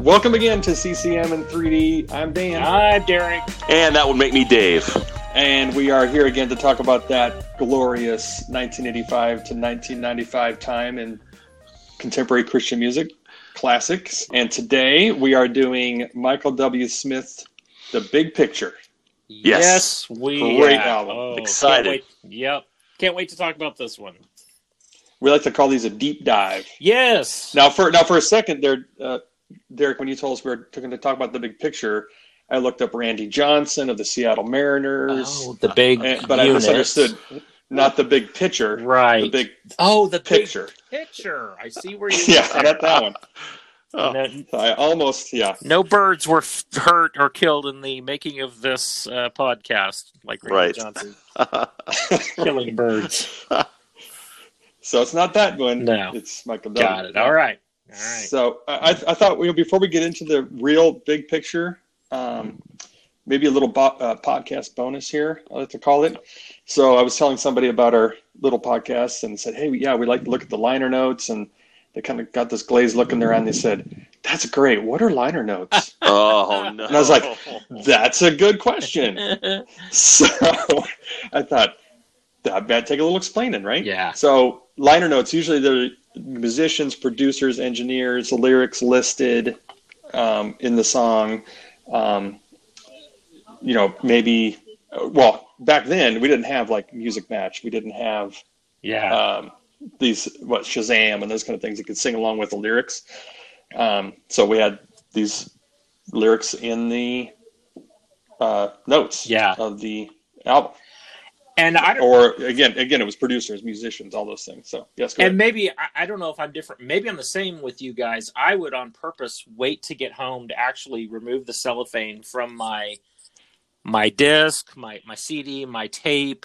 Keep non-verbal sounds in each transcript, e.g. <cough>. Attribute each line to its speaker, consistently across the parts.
Speaker 1: Welcome again to CCM in 3D. I'm Dan.
Speaker 2: Hi, Derek.
Speaker 3: And that would make me Dave.
Speaker 1: And we are here again to talk about that glorious 1985 to 1995 time in contemporary Christian music, classics. And today we are doing Michael W. Smith, The Big Picture.
Speaker 3: Yes.
Speaker 2: we
Speaker 1: Great album.
Speaker 2: Oh,
Speaker 3: Excited.
Speaker 2: Can't wait. Yep. Can't wait to talk about this one.
Speaker 1: We like to call these a deep dive.
Speaker 2: Yes.
Speaker 1: Now, for now for a second there, uh, Derek, when you told us we were going to talk about the big picture, I looked up Randy Johnson of the Seattle Mariners,
Speaker 2: the big
Speaker 1: and- but I misunderstood. Not the big picture,
Speaker 2: Right.
Speaker 1: the big
Speaker 2: oh, the big
Speaker 1: picture.
Speaker 2: picture. I see
Speaker 1: <laughs>
Speaker 2: where you
Speaker 1: yeah, I got that one. Oh.
Speaker 2: No,
Speaker 1: I almost, yeah.
Speaker 2: no birds were f- hurt or killed in the making of this uh, podcast, like Randy
Speaker 3: Right.
Speaker 2: Johnson killing birds.
Speaker 1: so it's not that one.
Speaker 2: No.
Speaker 1: It's Michael W.
Speaker 2: <laughs> Got it. All right. All right.
Speaker 1: So I, I I thought you know, before we get into the real big picture, um, maybe a little bo- uh, podcast bonus here, I like to call it. So I was telling somebody about our little podcast and said, hey, yeah, we like to look at the liner notes. And they kind of got this glazed look in their eye and they said, that's great. What are liner
Speaker 2: <laughs>
Speaker 1: notes?
Speaker 3: <laughs> Oh no!
Speaker 1: And I was like, that's a good question. So <laughs> I thought that would take a little explaining, right?
Speaker 2: Yeah.
Speaker 1: So liner notes usually they're musicians, producers, engineers, the lyrics listed um, in the song. Um, you know, maybe. uh, Well, back then we didn't have like Music Match. We didn't have
Speaker 2: <laughs> yeah.
Speaker 1: um, these what Shazam and those kind of things you could sing along with the lyrics. Um, so we had these lyrics in the uh, notes
Speaker 2: Yeah.
Speaker 1: of the album,
Speaker 2: and I don't,
Speaker 1: or again, again, it was producers, musicians, all those things. So yes, go
Speaker 2: and
Speaker 1: ahead.
Speaker 2: maybe I, I don't know if I'm different. Maybe I'm the same with you guys. I would on purpose wait to get home to actually remove the cellophane from my my disc, my my CD, my tape.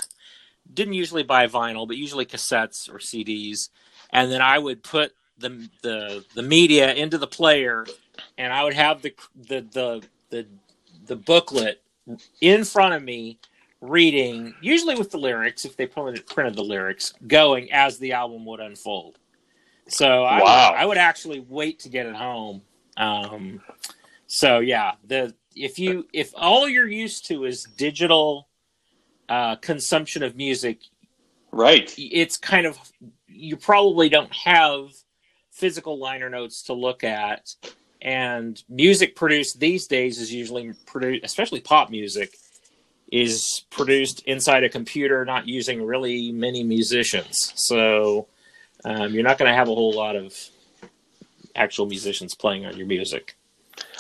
Speaker 2: Didn't usually buy vinyl, but usually cassettes or CDs, and then I would put the the the media into the player, and I would have the the the the, the booklet in front of me reading, usually with the lyrics, if they printed, printed the lyrics, going as the album would unfold. So I,
Speaker 3: Wow.
Speaker 2: would, I would actually wait to get it home. Um, so yeah, the if you if all you're used to is digital uh, consumption of music,
Speaker 1: right.
Speaker 2: it's kind of you probably don't have physical liner notes to look at and music produced these days is usually produced especially pop music is produced inside a computer not using really many musicians so um, you're not going to have a whole lot of actual musicians playing on your music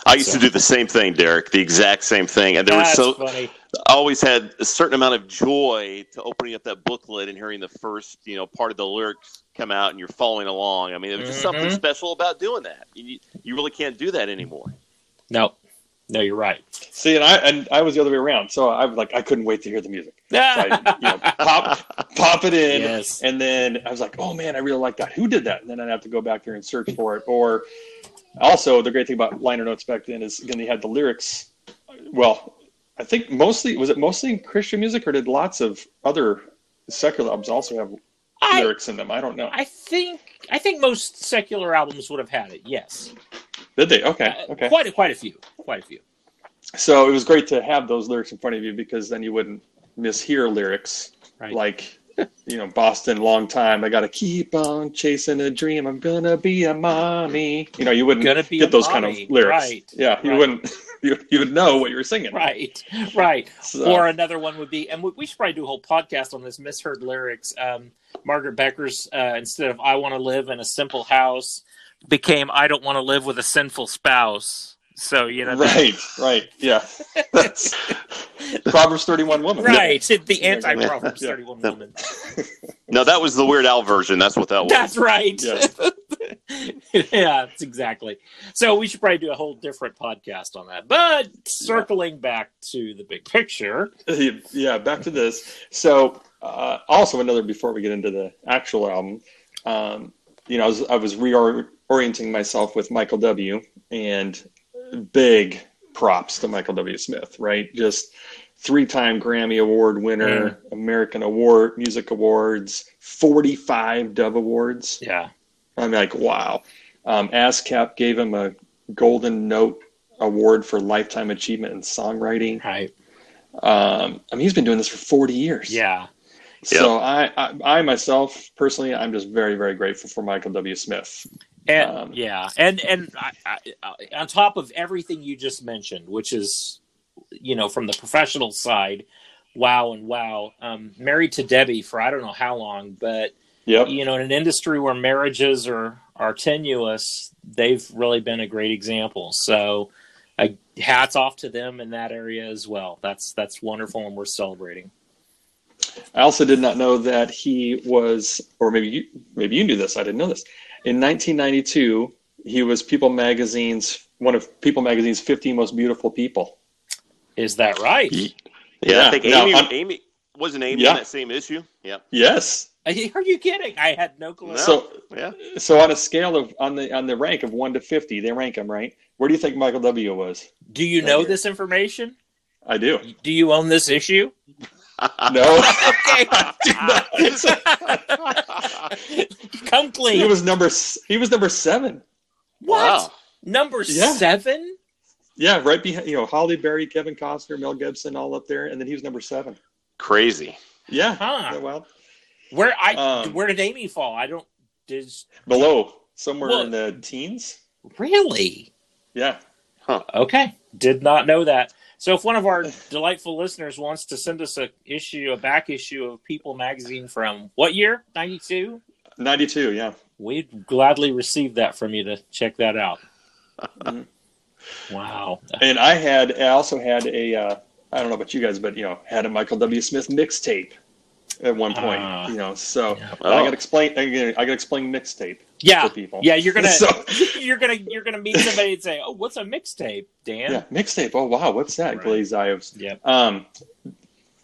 Speaker 3: I used to do the same thing, Derek. The exact same thing, and there
Speaker 2: that's
Speaker 3: was so
Speaker 2: funny
Speaker 3: I always had a certain amount of joy to opening up that booklet and hearing the first, you know, part of the lyrics come out, and you're following along. I mean, there was just something
Speaker 2: Mhm.
Speaker 3: special about doing that. You, you really can't do that anymore.
Speaker 2: no no you're right
Speaker 1: See, and I and I was the other way around. So I was like, I couldn't wait to hear the music. So I, you know, pop, pop it in,
Speaker 2: Yes.
Speaker 1: and then I was like, "Oh man, I really like that. Who did that?" And then I'd have to go back there and search for it. Or also, the great thing about liner notes back then is again they had the lyrics. Well, I think mostly was it mostly in Christian music, or did lots of other secular albums also have
Speaker 2: <laughs> I-
Speaker 1: lyrics in them? I don't know.
Speaker 2: I think I think most secular albums would have had it. Yes,
Speaker 1: Did they? Okay,
Speaker 2: Uh,
Speaker 1: okay.
Speaker 2: quite a, quite a few, quite a few.
Speaker 1: So it was great to have those lyrics in front of you because then you wouldn't mishear lyrics
Speaker 2: Right.
Speaker 1: like <laughs> you know Boston long time I got to keep on chasing a dream I'm going to be a mommy. You know, you wouldn't
Speaker 2: Gonna be
Speaker 1: get
Speaker 2: a
Speaker 1: those kind
Speaker 2: mommy.
Speaker 1: of lyrics.
Speaker 2: Right.
Speaker 1: Yeah, you
Speaker 2: Right.
Speaker 1: wouldn't <laughs> you, you would know what you were singing.
Speaker 2: <laughs> Right, right.
Speaker 1: So,
Speaker 2: Or another one would be, and we, we should probably do a whole podcast on this misheard lyrics. Um, Margaret Becker's uh, instead of "I want to live in a simple house" became "I don't want to live with a sinful spouse." So you know, that-
Speaker 1: right, right. Yeah. <laughs>
Speaker 2: <laughs>
Speaker 1: That's Proverbs 31 woman.
Speaker 2: right? It's the anti Proverbs
Speaker 1: Yeah.
Speaker 2: thirty one woman.
Speaker 3: No, that was the Weird Al version. That's what that
Speaker 2: <laughs>
Speaker 3: was.
Speaker 2: That's right.
Speaker 1: Yeah.
Speaker 2: <laughs> Yeah. that's exactly. So we should probably do a whole different podcast on that. But circling back to the big picture,
Speaker 1: <laughs> yeah, back to this. So, uh, also another before we get into the actual album, um, you know, I was, I was reorienting myself with Michael W. and big props to Michael W. Smith, right? Just three-time Grammy Award winner, American Award Music Awards, forty-five Dove Awards.
Speaker 2: yeah,
Speaker 1: I'm like, wow. Um, ASCAP gave him a Golden Note Award for Lifetime Achievement in Songwriting.
Speaker 2: Right.
Speaker 1: Um, I mean, he's been doing this for 40 years.
Speaker 2: Yeah.
Speaker 1: So I, I, I myself personally, I'm just very, very grateful for Michael W. Smith.
Speaker 2: And,
Speaker 1: Um,
Speaker 2: yeah, and and I, I, I- on top of everything you just mentioned, which is, you know, from the professional side, wow and wow. Um, married to Debbie for I don't know how long, but
Speaker 1: Yep.
Speaker 2: you know, in an industry where marriages are are tenuous, they've really been a great example. So, uh, hats off to them in that area as well. That's that's wonderful, and we're celebrating.
Speaker 1: I also did not know that he was, or maybe you, maybe you knew this. I didn't know this. In 1992, he was People Magazine's one of People Magazine's 50 most beautiful people.
Speaker 2: Is that right?
Speaker 1: Ye-
Speaker 3: Yeah,
Speaker 1: Yeah,
Speaker 3: I think
Speaker 1: no,
Speaker 3: Amy,
Speaker 1: I'm-
Speaker 3: Amy wasn't Amy
Speaker 1: Yeah.
Speaker 3: in that same issue.
Speaker 1: <laughs>
Speaker 3: Yeah,
Speaker 1: Yes.
Speaker 2: <laughs> Are you kidding? I had no clue.
Speaker 3: No.
Speaker 1: So
Speaker 3: yeah.
Speaker 1: so on a scale of on the on the rank of one to 50, they rank him right. Where do you think Michael W. was?
Speaker 2: Do you know this information?
Speaker 1: I do.
Speaker 2: Do you own this issue?
Speaker 1: No. <laughs>
Speaker 2: Okay. <laughs> Come
Speaker 1: he
Speaker 2: clean.
Speaker 1: was number s- he was number seven.
Speaker 2: what?
Speaker 3: Wow.
Speaker 2: Number
Speaker 1: Yeah.
Speaker 2: seven?
Speaker 1: Yeah, right behind you know Holly Berry, Kevin Costner, Mel Gibson, all up there, and then he was number seven.
Speaker 3: Crazy.
Speaker 1: Yeah.
Speaker 2: Huh.
Speaker 1: Yeah, well,
Speaker 2: Where I
Speaker 1: Um,
Speaker 2: where did Amy fall? I don't did
Speaker 1: below somewhere
Speaker 2: Well-
Speaker 1: in the teens.
Speaker 2: really?
Speaker 1: Yeah.
Speaker 2: Okay. Did not know that. So if one of our delightful listeners wants to send us a issue, a back issue of People magazine from what year? Ninety two?
Speaker 1: 92, yeah.
Speaker 2: We'd gladly receive that from you to check that out.
Speaker 1: Mhm.
Speaker 2: wow.
Speaker 1: And I had I also had a uh, I don't know about you guys, but you know, had a Michael W. Smith mixtape at one point.
Speaker 2: Ah.
Speaker 1: you know, so
Speaker 3: Oh.
Speaker 1: I got explain I got to explain mixtape
Speaker 2: Yeah.
Speaker 1: to people.
Speaker 2: Yeah, you're gonna
Speaker 1: <laughs> So-
Speaker 2: <laughs> you're gonna you're gonna meet somebody and say, "Oh, what's a mixtape, Dan?"
Speaker 1: yeah, mixtape. Oh wow, what's that?
Speaker 2: Right.
Speaker 1: Glazed Ives.
Speaker 2: Yep.
Speaker 1: Um,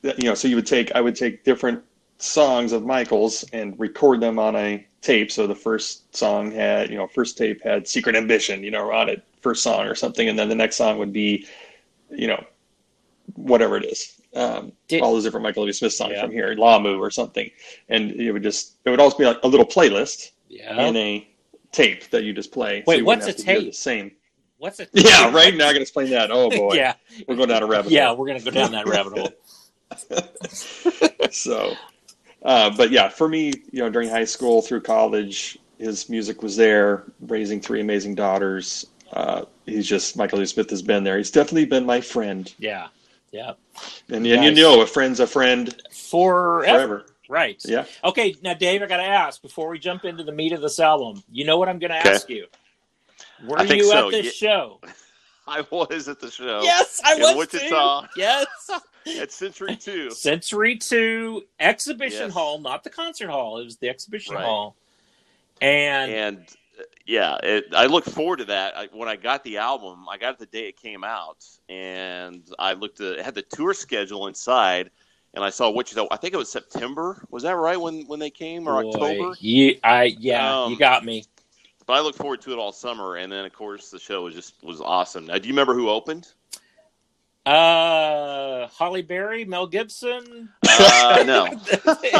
Speaker 1: that- you know, so you would take I would take different songs of Michael's and record them on a tape. So the first song had you know first tape had Secret Ambition, you know, on it first song or something, and then the next song would be, you know, whatever it is. Um,
Speaker 2: Did-
Speaker 1: all those different Michael Louis Smith songs
Speaker 2: Yeah.
Speaker 1: from here, Lamu or something, and it would just it would also be like a little playlist
Speaker 2: Yeah.
Speaker 1: in a tape that you just play.
Speaker 2: Uh-huh. Wait,
Speaker 1: you wouldn't
Speaker 2: what's
Speaker 1: have
Speaker 2: a
Speaker 1: to hear
Speaker 2: tape?
Speaker 1: The same. <laughs>
Speaker 2: What's it?
Speaker 1: Yeah, right now I can explain that. Oh boy,
Speaker 2: <laughs> yeah,
Speaker 1: we're going down a rabbit
Speaker 2: yeah,
Speaker 1: hole.
Speaker 2: we're gonna go down that rabbit
Speaker 3: <laughs>
Speaker 2: hole.
Speaker 1: <laughs> So, uh, but yeah, for me, you know, during high school through college, his music was there. Raising three amazing daughters. Uh, he's just Michael Lee Smith has been there. He's definitely been my friend,
Speaker 2: Yeah, yeah,
Speaker 1: and, and you
Speaker 2: Nice.
Speaker 1: know, a friend's a friend
Speaker 2: forever.
Speaker 1: forever.
Speaker 2: Right.
Speaker 1: Yeah.
Speaker 2: Okay, now Dave, I gotta ask before we jump into the meat of this album. You know what I'm gonna
Speaker 3: Okay.
Speaker 2: ask you? Were
Speaker 3: I think
Speaker 2: you
Speaker 3: so.
Speaker 2: at this
Speaker 3: Ye-
Speaker 2: show?
Speaker 3: I was at the show.
Speaker 2: Yes, I
Speaker 3: In
Speaker 2: was
Speaker 3: Wichita.
Speaker 2: too. Yes. <laughs>
Speaker 3: At Century 2.
Speaker 2: Century Two Exhibition
Speaker 3: Yes.
Speaker 2: Hall, not the concert hall. It was the exhibition
Speaker 3: Right.
Speaker 2: hall, and
Speaker 3: And uh, yeah, it, I look forward to that. I, when I got the album, I got it the day it came out, and I looked at it had the tour schedule inside, and I saw what you know. I think it was September. Was that right when when they came or
Speaker 2: Boy,
Speaker 3: October?
Speaker 2: You, I yeah,
Speaker 3: Um,
Speaker 2: you got me.
Speaker 3: But I looked forward to it all summer, and then of course the show was just was awesome. Now, do you remember
Speaker 2: <laughs>
Speaker 3: who opened?
Speaker 2: Uh, Holly Berry, Mel Gibson.
Speaker 3: Uh,
Speaker 2: <laughs>
Speaker 3: no, <laughs>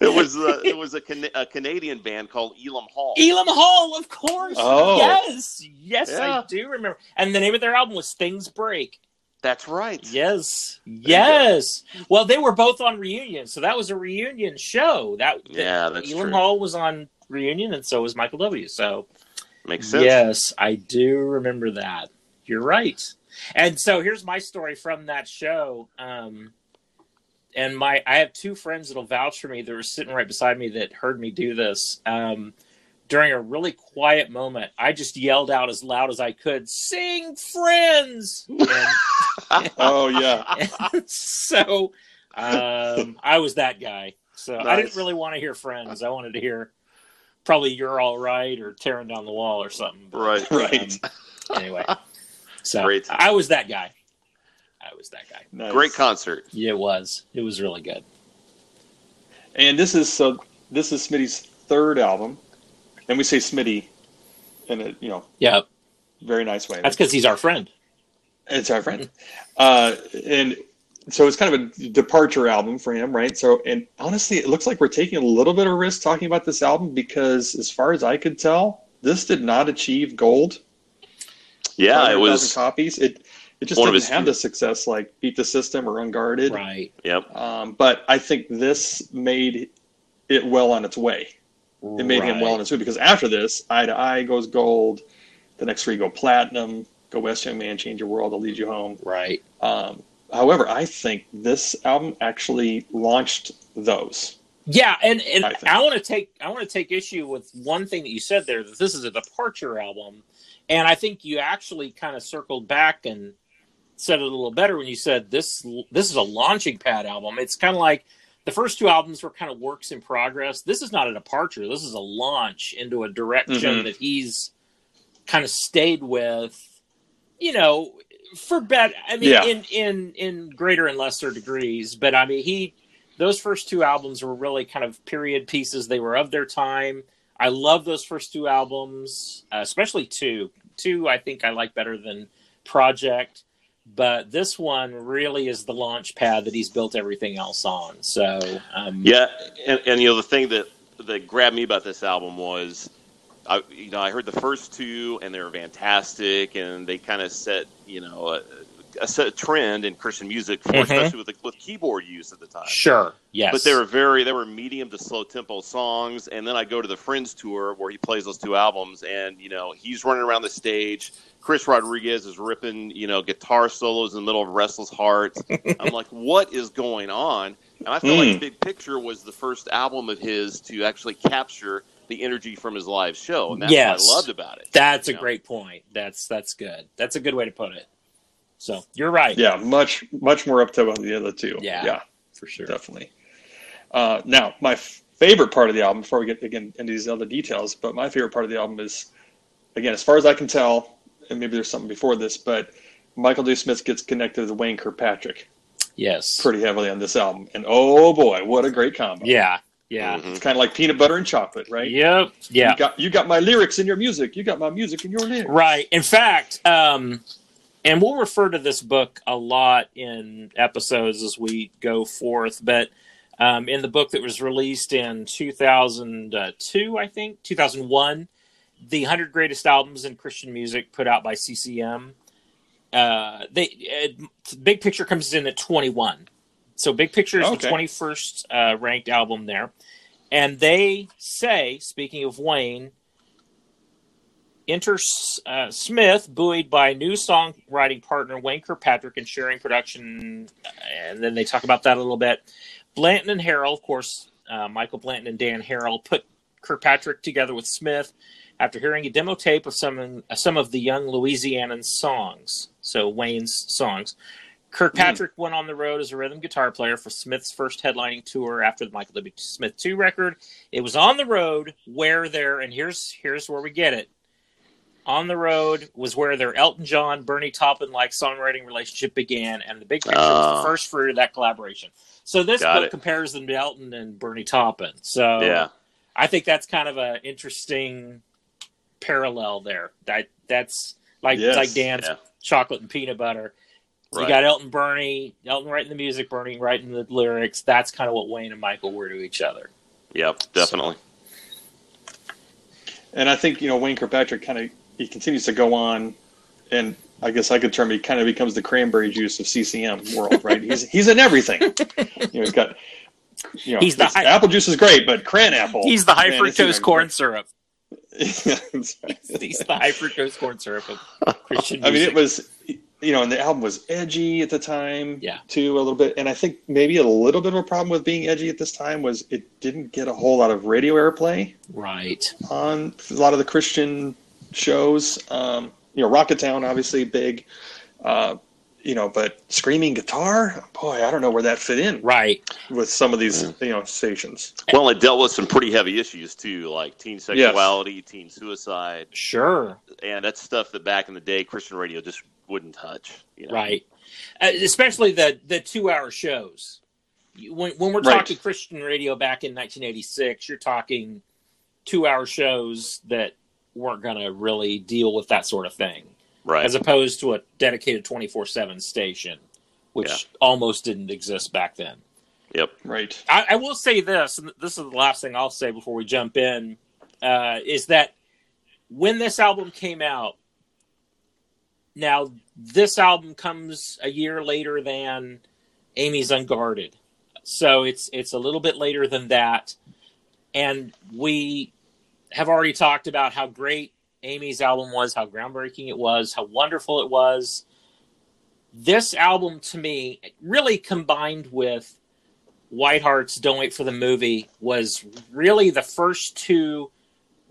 Speaker 3: it was a, it was a, Can- a Canadian band called Elam Hall.
Speaker 2: Elam Hall, of course.
Speaker 1: Oh.
Speaker 2: Yes, yes,
Speaker 3: Yeah.
Speaker 2: I do remember. And the name of their album was Things Break.
Speaker 3: That's right.
Speaker 2: Yes, yes. Well, they were both on reunion, so that was a reunion show. That
Speaker 3: Yeah, that's
Speaker 2: Elam
Speaker 3: true.
Speaker 2: Hall was on reunion, and so was Michael W. So
Speaker 3: Makes sense.
Speaker 2: Yes, I do remember that. You're right. And so here's my story from that show. Um, and my I have two friends that'll vouch for me that were sitting right beside me that heard me do this. Um, during a really quiet moment, I just yelled out as loud as I could, "Sing, friends!" And,
Speaker 1: Oh yeah.
Speaker 2: and
Speaker 3: <laughs>
Speaker 2: so um, I was that guy. So I didn't
Speaker 3: Nice.
Speaker 2: really want to hear friends. I wanted to hear probably "You're All Right" or "Tearing Down the Wall" or something. but- <laughs>
Speaker 3: Right.
Speaker 1: Right.
Speaker 2: um, anyway, so
Speaker 3: Great.
Speaker 2: I was that guy. I was that guy.
Speaker 1: Nice.
Speaker 3: Great concert.
Speaker 2: It was. It was really good.
Speaker 1: And this is so. This is Smitty's third album, and we say Smitty, in a you know
Speaker 2: Yeah,
Speaker 1: very nice way.
Speaker 2: that's because he's our friend.
Speaker 1: It's our friend. Uh, and so it's kind of a departure album for him, right? So, and honestly, it looks like we're taking a little bit of a risk talking about this album because, as far as I could tell, this did not achieve gold
Speaker 3: Yeah, it
Speaker 1: 500,000
Speaker 3: was.
Speaker 1: copies. It it just
Speaker 3: One of
Speaker 1: didn't
Speaker 3: his-
Speaker 1: have the success like Beat the System or Unguarded.
Speaker 2: Right.
Speaker 3: Yep.
Speaker 1: Um, but I think this made it well on its way. It made him well on its way because after this, Eye to Eye goes gold. The next three go platinum. Go West, Young Man, Change Your World, I'll Lead You Home.
Speaker 2: Right.
Speaker 1: Um, however, I think this album actually launched those.
Speaker 2: Yeah, and, and
Speaker 1: I think.
Speaker 2: I, want to take I want to take issue with one thing that you said there that this is a departure album, and I think you actually kind of circled back and said it a little better when you said this this is a launching pad album. It's kind of like the first two albums were kind of works in progress. This is not a departure. This is a launch into a direction
Speaker 1: Mhm.
Speaker 2: that he's kind of stayed with, you know, for better. I mean,
Speaker 1: Yeah.
Speaker 2: in in in greater and lesser degrees, but I mean, he those first two albums were really kind of period pieces. They were of their time. I love those first two albums, uh, especially two. Two, I think I like better than Project, but this one really is the launch pad that he's built everything else on. So, um,
Speaker 3: Yeah, and, and you know the thing that that grabbed me about this album was, I you know I heard the first two and they were fantastic and they kind of set you know a, a set a trend in Christian music, for,
Speaker 2: Mhm.
Speaker 3: especially with the, with keyboard use at the time.
Speaker 2: sure, yes,
Speaker 3: But they were very they were medium to slow tempo songs, and then I go to the Friends tour where he plays those two albums, and you know he's running around the stage. Chris Rodriguez is ripping you know guitar solos in the middle of
Speaker 2: <laughs>
Speaker 3: Restless Heart. I'm like, what is going on? And I feel
Speaker 1: Hmm.
Speaker 3: like Big Picture was the first album of his to actually capture the energy from his live show, and that's
Speaker 2: Yes.
Speaker 3: what I loved about it.
Speaker 2: That's a
Speaker 3: Yeah.
Speaker 2: great point. That's that's good. That's a good way to put it. So you're right.
Speaker 1: Yeah, much much more up to the other two.
Speaker 2: Yeah.
Speaker 1: yeah,
Speaker 2: for sure.
Speaker 1: definitely. Uh, now, my f- favorite part of the album, before we get again into these other details, but my favorite part of the album is, again, as far as I can tell, and maybe there's something before this, but Michael J. Smith gets connected with Wayne Kirkpatrick
Speaker 2: Yes.
Speaker 1: pretty heavily on this album, and oh boy, what a great combo!
Speaker 2: Yeah. Yeah.
Speaker 3: Mhm.
Speaker 1: it's kind of like peanut butter and chocolate, right?
Speaker 2: Yep. Yeah.
Speaker 1: You got you got my lyrics in your music. You got my music in your lyrics.
Speaker 2: <laughs> Right. In fact, um, and we'll refer to this book a lot in episodes as we go forth, but um, in the book that was released in 2002, I think, 2001, the 100 Greatest Albums in Christian Music put out by CCM. Uh, they uh, Big Picture comes in at 21. So Big Picture is
Speaker 1: Okay.
Speaker 2: the 21st uh, ranked album there. And they say, speaking of Wayne, Enter uh, Smith, buoyed by new songwriting partner Wayne Kirkpatrick and sharing production, uh, and then they talk about that a little bit. Blanton and Harrell, of course, uh, Michael Blanton and Dan Harrell put Kirkpatrick together with Smith after hearing a demo tape of some some of the young Louisianan songs, so Wayne's songs. Kirkpatrick went on the road as a rhythm guitar player for Smith's first headlining tour after the Michael W. Smith 2 record. It was on the road where there, and here's here's where we get it. On the road was where their Elton John, Bernie Taupin like songwriting relationship began, and the big picture was
Speaker 3: Ah.
Speaker 2: the first fruit of that collaboration. So this
Speaker 3: Got
Speaker 2: book
Speaker 3: it.
Speaker 2: compares them to Elton and Bernie Taupin. So
Speaker 3: Yeah.
Speaker 2: I think that's kind of an interesting parallel there. That that's like
Speaker 1: Yes,
Speaker 2: like Dan's
Speaker 3: yeah.
Speaker 2: chocolate and peanut butter. You
Speaker 3: Right.
Speaker 2: got Elton Bernie, Elton writing the music, Bernie writing the lyrics. That's kind of what Wayne and Michael were to each other.
Speaker 3: Yep. Definitely.
Speaker 1: And I think you know Wayne Kirkpatrick kind of he continues to go on, and I guess I could term he kind of becomes the cranberry juice of CCM world,
Speaker 2: <laughs>
Speaker 1: right? he's he's in everything. You know, he's got you know
Speaker 2: He's the
Speaker 1: it's-
Speaker 2: hy-
Speaker 1: apple juice is great, but cran apple. man, it's in everything. <laughs>
Speaker 2: syrup.
Speaker 1: That's right.
Speaker 2: <laughs> He's the high fructose corn syrup of Christian
Speaker 1: <laughs>
Speaker 2: music.
Speaker 1: I mean, it was you know, and the album was edgy at the time,
Speaker 2: Yeah.
Speaker 1: too a little bit. And I think maybe a little bit of a problem with being edgy at this time was it didn't get a whole lot of radio airplay.
Speaker 2: right.
Speaker 1: on a lot of the Christian shows. Um, you know, Rocket Town, obviously big. Uh, you know, but screaming guitar, boy, I don't know where that fit in
Speaker 2: Right.
Speaker 1: with some of these you know stations.
Speaker 3: Well, it dealt with some pretty heavy issues too, like teen sexuality, teen suicide.
Speaker 2: Sure.
Speaker 3: and that's stuff that back in the day Christian radio just wouldn't touch. You know?
Speaker 2: right uh, especially the the two hour shows You- when, when we're
Speaker 1: Right.
Speaker 2: talking christian radio back in 1986 you're talking two hour shows that weren't going to really deal with that sort of thing
Speaker 3: right.
Speaker 2: as opposed to a dedicated 24-7 station which
Speaker 3: Yeah.
Speaker 2: almost didn't exist back then
Speaker 3: yep.
Speaker 1: Right.
Speaker 2: I, I will say this, and this is the last thing I'll say before we jump in, uh, is that when this album came out, Now this album comes a year later than Amy's Unguarded, so it's it's a little bit later than that. And we have already talked about how great Amy's album was, how groundbreaking it was, how wonderful it was. This album to me, really combined with Whiteheart's Don't Wait for the Movie, was really the first two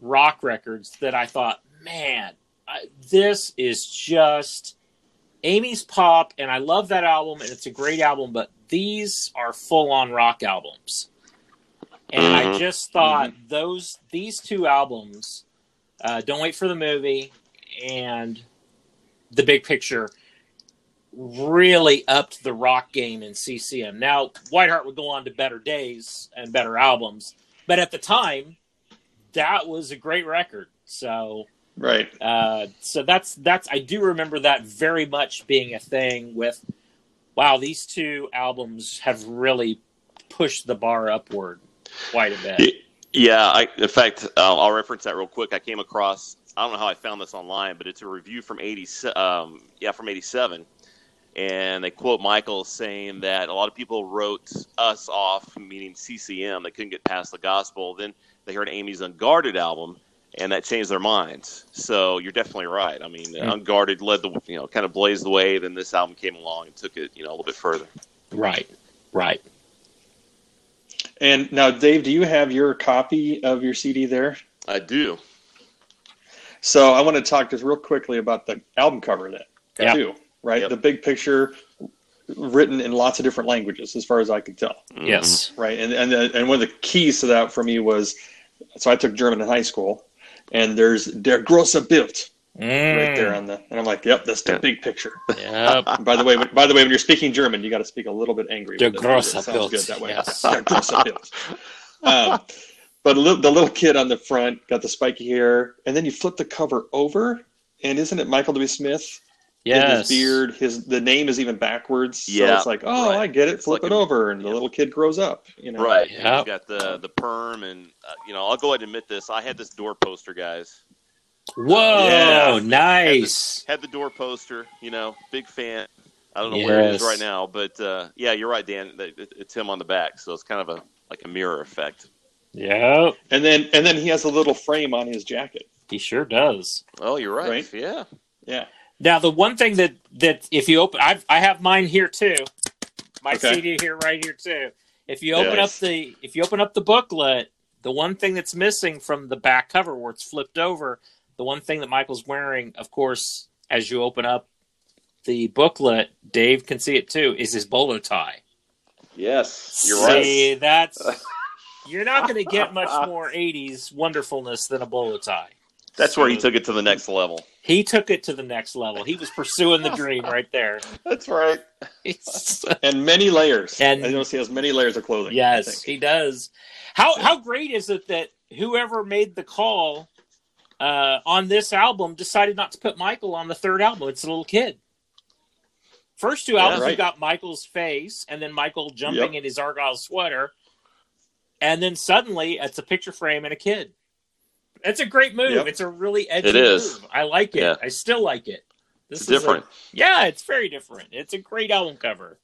Speaker 2: rock records that I thought, man, I, this is just Amy's pop. And I love that album, and it's a great album, but these are full on rock albums. And I just thought those these two albums uh, Don't Wait for the Movie and The Big Picture really upped the rock game in CCM. Now, Whiteheart would go on to better days and better albums, but at the time, that was a great record. So,
Speaker 1: Right.
Speaker 2: uh, so that's that's I do remember that very much being a thing with wow, these two albums have really pushed the bar upward quite a bit.
Speaker 3: Yeah, I, in fact, uh, I'll reference that real quick. I came across, I don't know how I found this online, but it's a review from 80, um, yeah, from 87. And they quote Michael saying that a lot of people wrote us off, meaning CCM, they couldn't get past the gospel. Then they heard Amy's Unguarded album, and that changed their minds. So you're definitely right. I mean,
Speaker 1: Hmm.
Speaker 3: Unguarded led the, you know, kind of blazed the way. Then this album came along and took it, you know, a little bit further.
Speaker 2: Right. Right.
Speaker 1: And now, Dave, do you have your copy of your CD there?
Speaker 3: I do.
Speaker 1: So I want to talk just real quickly about the album cover of that
Speaker 2: Yeah.
Speaker 1: too, right?
Speaker 3: Yep.
Speaker 1: The big picture written in lots of different languages, as far as I could tell,
Speaker 3: Mm-hmm.
Speaker 2: Yes.
Speaker 1: right? And and and one of the keys to that for me was, so I took German in high school, and there's der große Bild right there on the, and I'm like, yep, that's the
Speaker 3: Mm. Yeah.
Speaker 1: big picture. <laughs>
Speaker 2: Yep.
Speaker 1: And by the way, when, by the way, when you're speaking German, you got to speak a little bit angry.
Speaker 2: Der
Speaker 1: with it. It
Speaker 2: große
Speaker 1: sounds
Speaker 2: Bild,
Speaker 1: good that way.
Speaker 2: yes.
Speaker 1: Der große
Speaker 3: <laughs>
Speaker 1: Bild. Um, but a little- the little kid on the front got the spiky hair, and then you flip the cover over, and isn't it Michael W. Smith? in
Speaker 2: Yes.
Speaker 1: his beard. His the name is even backwards. So
Speaker 3: Yeah,
Speaker 1: it's like, oh,
Speaker 3: right.
Speaker 1: I get it.
Speaker 3: It's
Speaker 1: Flip
Speaker 3: like
Speaker 1: it
Speaker 3: a-
Speaker 1: over, and the
Speaker 3: yeah.
Speaker 1: little kid grows up. You know,
Speaker 3: Right.
Speaker 2: Yep.
Speaker 3: He's got the the perm, and uh, you know, I'll go ahead and admit this. I had this door poster, guys.
Speaker 2: Whoa,
Speaker 1: Yeah.
Speaker 2: nice.
Speaker 3: Had the door poster. You know, big fan. I don't know where it is
Speaker 2: Yes.
Speaker 3: right now, but uh, yeah, you're right, Dan. It- it- It's him on the back, so it's kind of a like a mirror effect.
Speaker 2: Yep.
Speaker 1: And then and then he has a little frame on his jacket.
Speaker 2: He sure does.
Speaker 3: Oh, you're right.
Speaker 1: Right.
Speaker 3: Yeah.
Speaker 1: Yeah.
Speaker 2: Now the one thing that that if you open I've I have mine here too. My
Speaker 1: Okay.
Speaker 2: CD here right here too. If you open
Speaker 1: Nice.
Speaker 2: up the if you open up the booklet, the one thing that's missing from the back cover where it's flipped over, the one thing that Michael's wearing, of course, as you open up the booklet, Dave can see it too, is his bolo tie.
Speaker 3: Yes. You're
Speaker 2: See,
Speaker 3: right.
Speaker 2: that's you're not going to get much more 80s wonderfulness than a bolo tie.
Speaker 3: That's where he took it to the next level.
Speaker 2: He took it to the next level. He was pursuing the dream right there.
Speaker 3: That's right.
Speaker 2: It's-
Speaker 1: And many layers.
Speaker 2: And-
Speaker 1: I notice he has many layers of clothing. I
Speaker 2: yes,
Speaker 1: think.
Speaker 2: he does. How how great is it that whoever made the call uh, on this album decided not to put Michael on the third album? It's a little kid. First two
Speaker 3: Yeah,
Speaker 2: albums,
Speaker 1: right.
Speaker 2: you got Michael's face, and then Michael jumping
Speaker 1: Yep.
Speaker 2: in his argyle sweater, and then suddenly it's a picture frame and a kid. It's a great move.
Speaker 1: Yep.
Speaker 2: It's a really edgy
Speaker 3: It is.
Speaker 2: move. I like it.
Speaker 3: Yeah.
Speaker 2: I still like it. This
Speaker 3: It's
Speaker 2: is a-
Speaker 3: different.
Speaker 2: yeah, it's very different. It's a great album cover.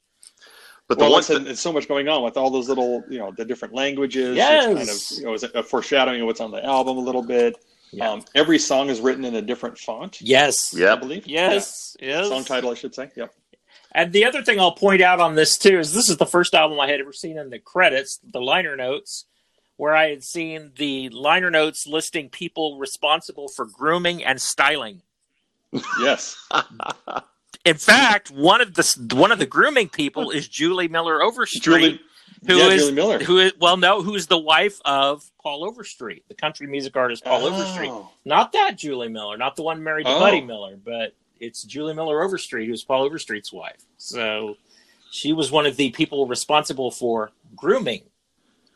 Speaker 3: But the
Speaker 1: well,
Speaker 3: one
Speaker 1: it's, it's so much going on with all those little, you know, the different languages.
Speaker 2: Yes.
Speaker 1: It's kind of, you know, it's a foreshadowing of what's on the album a little bit.
Speaker 2: Yeah.
Speaker 1: Um, every song is written in a different font.
Speaker 2: Yes.
Speaker 3: Yeah.
Speaker 1: I believe.
Speaker 2: Yes.
Speaker 1: Yeah.
Speaker 2: Yes.
Speaker 1: Song title, I should say. Yep.
Speaker 2: And the other thing I'll point out on this too is this is the first album I had ever seen in the credits, the liner notes, where I had seen the liner notes listing people responsible for grooming and styling.
Speaker 1: Yes.
Speaker 2: In fact, one of the one of the grooming people is Julie Miller Overstreet,
Speaker 1: Julie.
Speaker 2: Who
Speaker 1: yeah,
Speaker 2: is-
Speaker 1: Julie Miller?
Speaker 2: who is well, no, who is the wife of Paul Overstreet, the country music artist Paul Overstreet.
Speaker 1: Oh.
Speaker 2: Not that Julie Miller, not the one married to
Speaker 1: Oh.
Speaker 2: Buddy Miller, but it's Julie Miller Overstreet, who's Paul Overstreet's wife. So she was one of the people responsible for grooming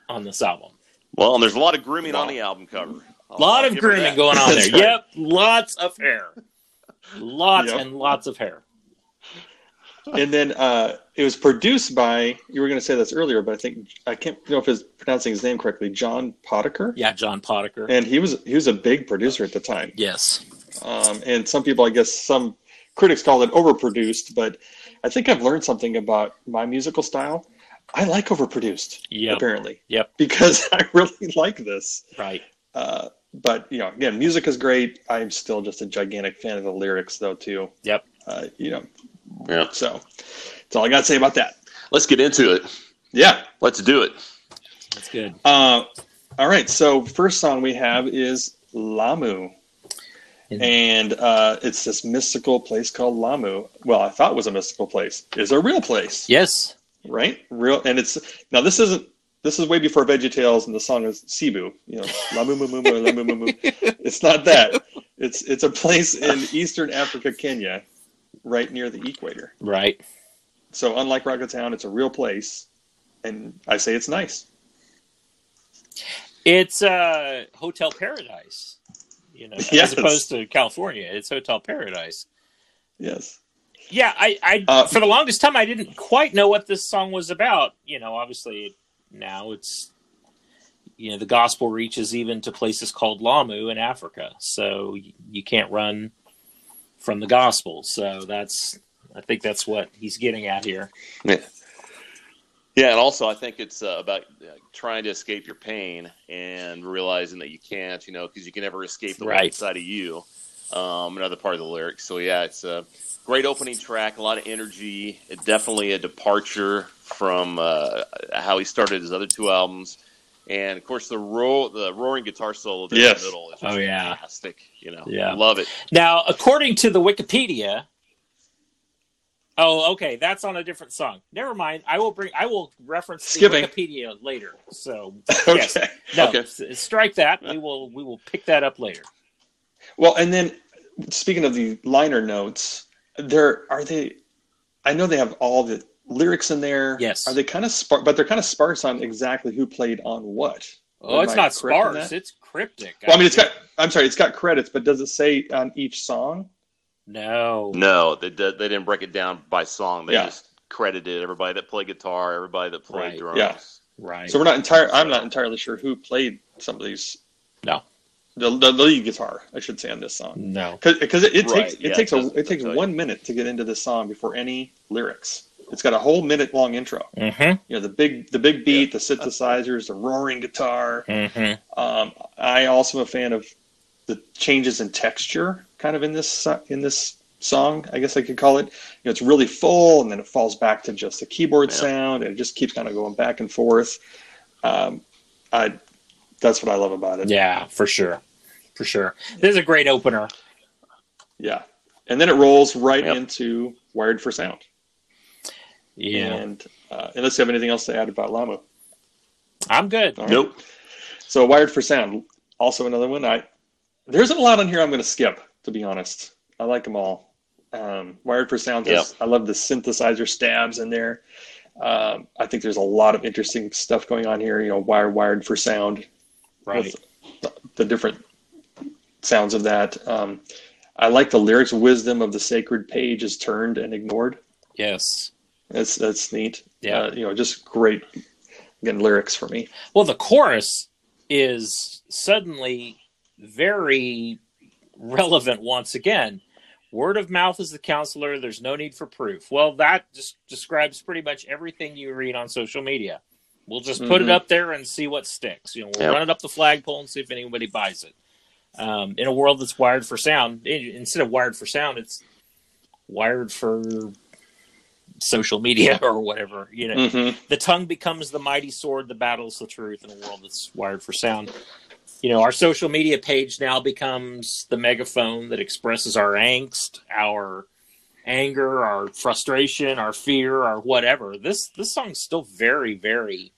Speaker 2: on this album.
Speaker 3: well, and there's a lot of grooming
Speaker 1: Wow.
Speaker 3: on the album cover.
Speaker 2: A
Speaker 1: Oh,
Speaker 2: lot of grooming going
Speaker 1: <laughs>
Speaker 2: on there.
Speaker 1: That's right.
Speaker 2: Yep, lots of hair. Lots
Speaker 1: Yep.
Speaker 2: and lots of hair.
Speaker 1: and then uh, it was produced by you were going to say this earlier, but I think I can't know if it's pronouncing his name correctly, John Potiker.
Speaker 2: Yeah, John Potiker.
Speaker 1: And he was he was a big producer at the time.
Speaker 2: Yes.
Speaker 1: Um, and some people, I guess, some critics call it overproduced, but I think I've learned something about my musical style. I like overproduced,
Speaker 2: Yep.
Speaker 1: apparently.
Speaker 2: Yep.
Speaker 1: Because <laughs> I really like this.
Speaker 2: Right.
Speaker 1: Uh, but you know, again, music is great. I'm still just a gigantic fan of the lyrics, though, too.
Speaker 2: Yep.
Speaker 1: Uh, you know,
Speaker 3: Yeah.
Speaker 1: so that's all I got to say about that.
Speaker 3: Let's get into it.
Speaker 1: Yeah.
Speaker 3: Let's do it.
Speaker 2: That's good.
Speaker 1: Uh, all right. So first song we have is Lamu,
Speaker 2: Yeah.
Speaker 1: and uh, it's this mystical place called Lamu. Well, I thought it was a mystical place. Is a real place,
Speaker 2: Yes.
Speaker 1: right? Real, and it's now this isn't. This is way before Veggie Tales, and the song is Cebu. You know, Lamu mu mu mu, Lamu mu mu. It's not that. It's it's a place in eastern Africa, Kenya, right near the equator.
Speaker 2: Right.
Speaker 1: So unlike Rocket Town, it's a real place, and I say it's nice.
Speaker 2: It's uh, Hotel Paradise. You know,
Speaker 1: Yes.
Speaker 2: as opposed to California, it's Hotel Paradise.
Speaker 1: Yes. <laughs>
Speaker 2: Yeah, I, I
Speaker 1: Uh,
Speaker 2: for the longest time I didn't quite know what this song was about. You know, obviously now it's you know the gospel reaches even to places called Lamu in Africa, so y- you can't run from the gospel. So that's I think that's what he's getting at here.
Speaker 3: Yeah, and also I think it's uh, about uh, trying to escape your pain and realizing that you can't, you know, because you can never escape the right
Speaker 2: Right.
Speaker 3: side of you. Um, another part of the lyrics. So yeah, it's a great opening track, a lot of energy. It definitely a departure from uh, how he started his other two albums, and of course the roar, the roaring guitar solo there
Speaker 1: Yes.
Speaker 3: in the middle is
Speaker 2: Oh, yeah.
Speaker 3: fantastic. You know,
Speaker 2: Yeah.
Speaker 3: love it.
Speaker 2: Now, according to the Wikipedia, oh, okay, that's on a different song. Never mind. I will bring. I will reference the
Speaker 1: Skipping.
Speaker 2: Wikipedia later. So
Speaker 1: Okay.
Speaker 2: yes, no,
Speaker 3: Okay.
Speaker 2: s-
Speaker 1: <laughs>
Speaker 2: strike that. We will. We will pick that up later.
Speaker 1: Well, and then speaking of the liner notes, there are they. I know they have all the lyrics in there.
Speaker 2: Yes.
Speaker 1: Are they kind of sparse? But they're kind of sparse on exactly who played on what.
Speaker 2: Oh,
Speaker 1: Am
Speaker 2: it's
Speaker 1: I
Speaker 2: not
Speaker 1: correct in
Speaker 2: sparse.
Speaker 1: that?
Speaker 2: It's cryptic.
Speaker 1: Well, I mean, it's got. I'm sorry, it's got credits, but does it say on each song?
Speaker 2: no.
Speaker 3: No, they, they they didn't break it down by song. They
Speaker 1: Yeah.
Speaker 3: just credited everybody that played guitar, everybody that played
Speaker 2: Right.
Speaker 3: drums.
Speaker 1: Yeah.
Speaker 2: Right.
Speaker 1: So we're not entire. I'm not entirely sure who played some of these.
Speaker 2: No.
Speaker 1: The, the lead guitar, I should say, on this song,
Speaker 2: no.
Speaker 1: because it, it
Speaker 3: Right,
Speaker 1: takes it
Speaker 3: yeah,
Speaker 1: takes
Speaker 3: it
Speaker 1: a
Speaker 3: doesn't
Speaker 1: it takes
Speaker 3: tell you.
Speaker 1: one minute to get into this song before any lyrics. It's got a whole minute long intro.
Speaker 2: Mm-hmm.
Speaker 1: you know the big the big beat, the synthesizers, the roaring guitar.
Speaker 2: Mm-hmm.
Speaker 1: Um, I also am a fan of the changes in texture, kind of in this so- in this song. I guess I could call it. You know, it's really full, and then it falls back to just a keyboard
Speaker 3: Yeah.
Speaker 1: sound, and it just keeps kind of going back and forth. Um, I that's what I love about it.
Speaker 2: Yeah, for sure. For sure. This is a great opener.
Speaker 1: Yeah. and then it rolls right
Speaker 3: Yep.
Speaker 1: into Wired for Sound.
Speaker 2: Yeah.
Speaker 1: and uh, unless you have anything else to add about Lamu.
Speaker 2: I'm good.
Speaker 1: All right.
Speaker 3: Nope.
Speaker 1: So Wired for Sound, also another one. I there isn't a lot on here I'm going to skip, to be honest. I like them all. Um, Wired for Sound, has, I love the synthesizer stabs in there. Um, I think there's a lot of interesting stuff going on here. You know, Wired Wired for Sound,
Speaker 2: Right.
Speaker 1: with the, the different sounds of that. Um, I like the lyrics. Wisdom of the sacred page is turned and ignored.
Speaker 2: Yes.
Speaker 1: That's that's neat.
Speaker 2: Yeah.
Speaker 1: Uh, you know, just great again lyrics for me.
Speaker 2: Well, the chorus is suddenly very relevant once again. Word of mouth is the counselor. There's no need for proof. Well, that just describes pretty much everything you read on social media. We'll just put it
Speaker 1: Mhm.
Speaker 2: up there and see what sticks. You know, we'll
Speaker 3: Yep.
Speaker 2: run it up the flagpole and see if anybody buys it. Um, in a world that's wired for sound, i- instead of wired for sound, it's wired for social media <laughs> or whatever. You know,
Speaker 1: Mhm.
Speaker 2: the tongue becomes the mighty sword the battles the truth in a world that's wired for sound you know our social media page now becomes the megaphone that expresses our angst our anger our frustration our fear our whatever this this song's still very very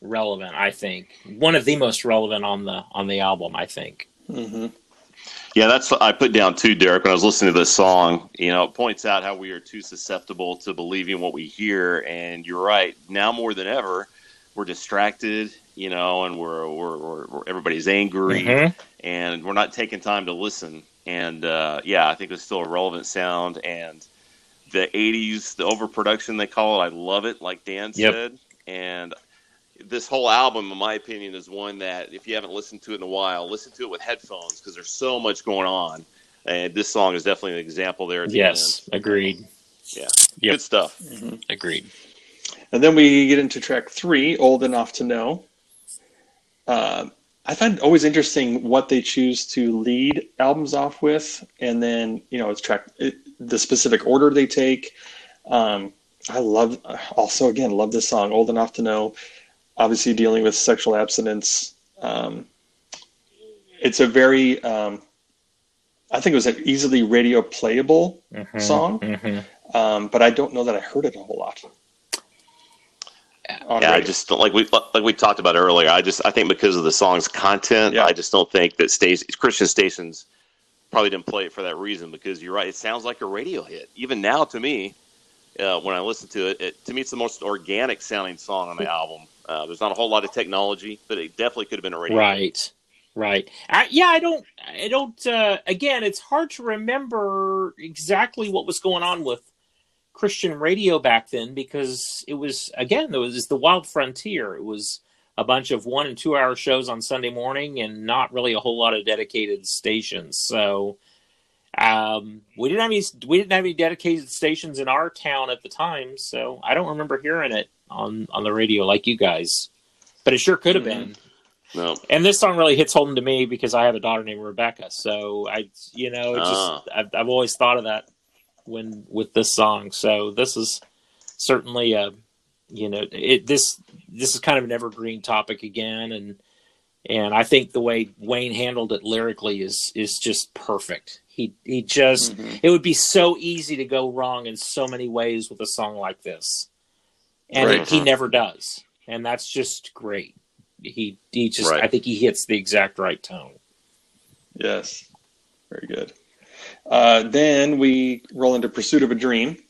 Speaker 2: relevant i think one of the most relevant on the on the album i think
Speaker 1: Mhm.
Speaker 3: Yeah, that's what I put down too, Derek. When I was listening to this song, you know, it points out how we are too susceptible to believing what we hear, and you're right. Now more than ever, we're distracted, you know, and we're we're, we're, we're everybody's
Speaker 2: Mm-hmm.
Speaker 3: angry, and we're not taking time to listen. And uh, yeah, I think it's still a relevant sound. And the '80s, the overproduction they call it, I love it. Like Dan
Speaker 2: Yep.
Speaker 3: said, and this whole album, in my opinion, is one that if you haven't listened to it in a while, listen to it with headphones because there's so much going on. And this song is definitely an example there. At the
Speaker 2: Yes, agreed.
Speaker 3: end.
Speaker 2: Yep.
Speaker 3: good stuff.
Speaker 1: Mm-hmm.
Speaker 2: Agreed.
Speaker 1: And then we get into track three, Old Enough to Know. Uh, I find it always interesting what they choose to lead albums off with, and then, you know, it's track, it, the specific order they take. Um, I love, also, again, love this song, Old Enough to Know. Obviously, dealing with sexual abstinence. Um, it's a very, um, I think it was an easily radio playable
Speaker 2: Mhm,
Speaker 1: song,
Speaker 2: mhm.
Speaker 1: um, but I don't know that I heard it a whole lot. On
Speaker 3: Yeah, I
Speaker 1: radio.
Speaker 3: just don't like we like we talked about earlier. I just I think because of the song's content,
Speaker 1: Yeah.
Speaker 3: I just don't think that Stace, Christian Stations probably didn't play it for that reason. Because you're right, it sounds like a radio hit. Even now, to me, uh, when I listen to it, it, to me it's the most organic sounding song on the album. Uh, there's not a whole lot of technology, but it definitely could have been a radio. hit.
Speaker 2: Right. Right. I, yeah, I don't. I don't. Uh, again, it's hard to remember exactly what was going on with Christian radio back then because it was again there was the wild frontier. It was a bunch of one and two hour shows on Sunday morning and not really a whole lot of dedicated stations. So um, we didn't have any we didn't have any dedicated stations in our town at the time. So I don't remember hearing it on on the radio like you guys, but it sure could have been.
Speaker 3: No.
Speaker 2: And this song really hits home to me because I have a daughter named Rebecca. So I, you know, it just
Speaker 3: Ah.
Speaker 2: I've, I've always thought of that when with this song. So this is certainly a, you know, it this this is kind of an evergreen topic again, and and I think the way Wayne handled it lyrically is is just perfect. He he just
Speaker 1: Mhm.
Speaker 2: it would be so easy to go wrong in so many ways with a song like this and
Speaker 3: Right.
Speaker 2: he never does and that's just great he he just
Speaker 3: Right.
Speaker 2: i think he hits the exact right tone
Speaker 1: Yes. Very good. Uh, then we roll into Pursuit of a Dream,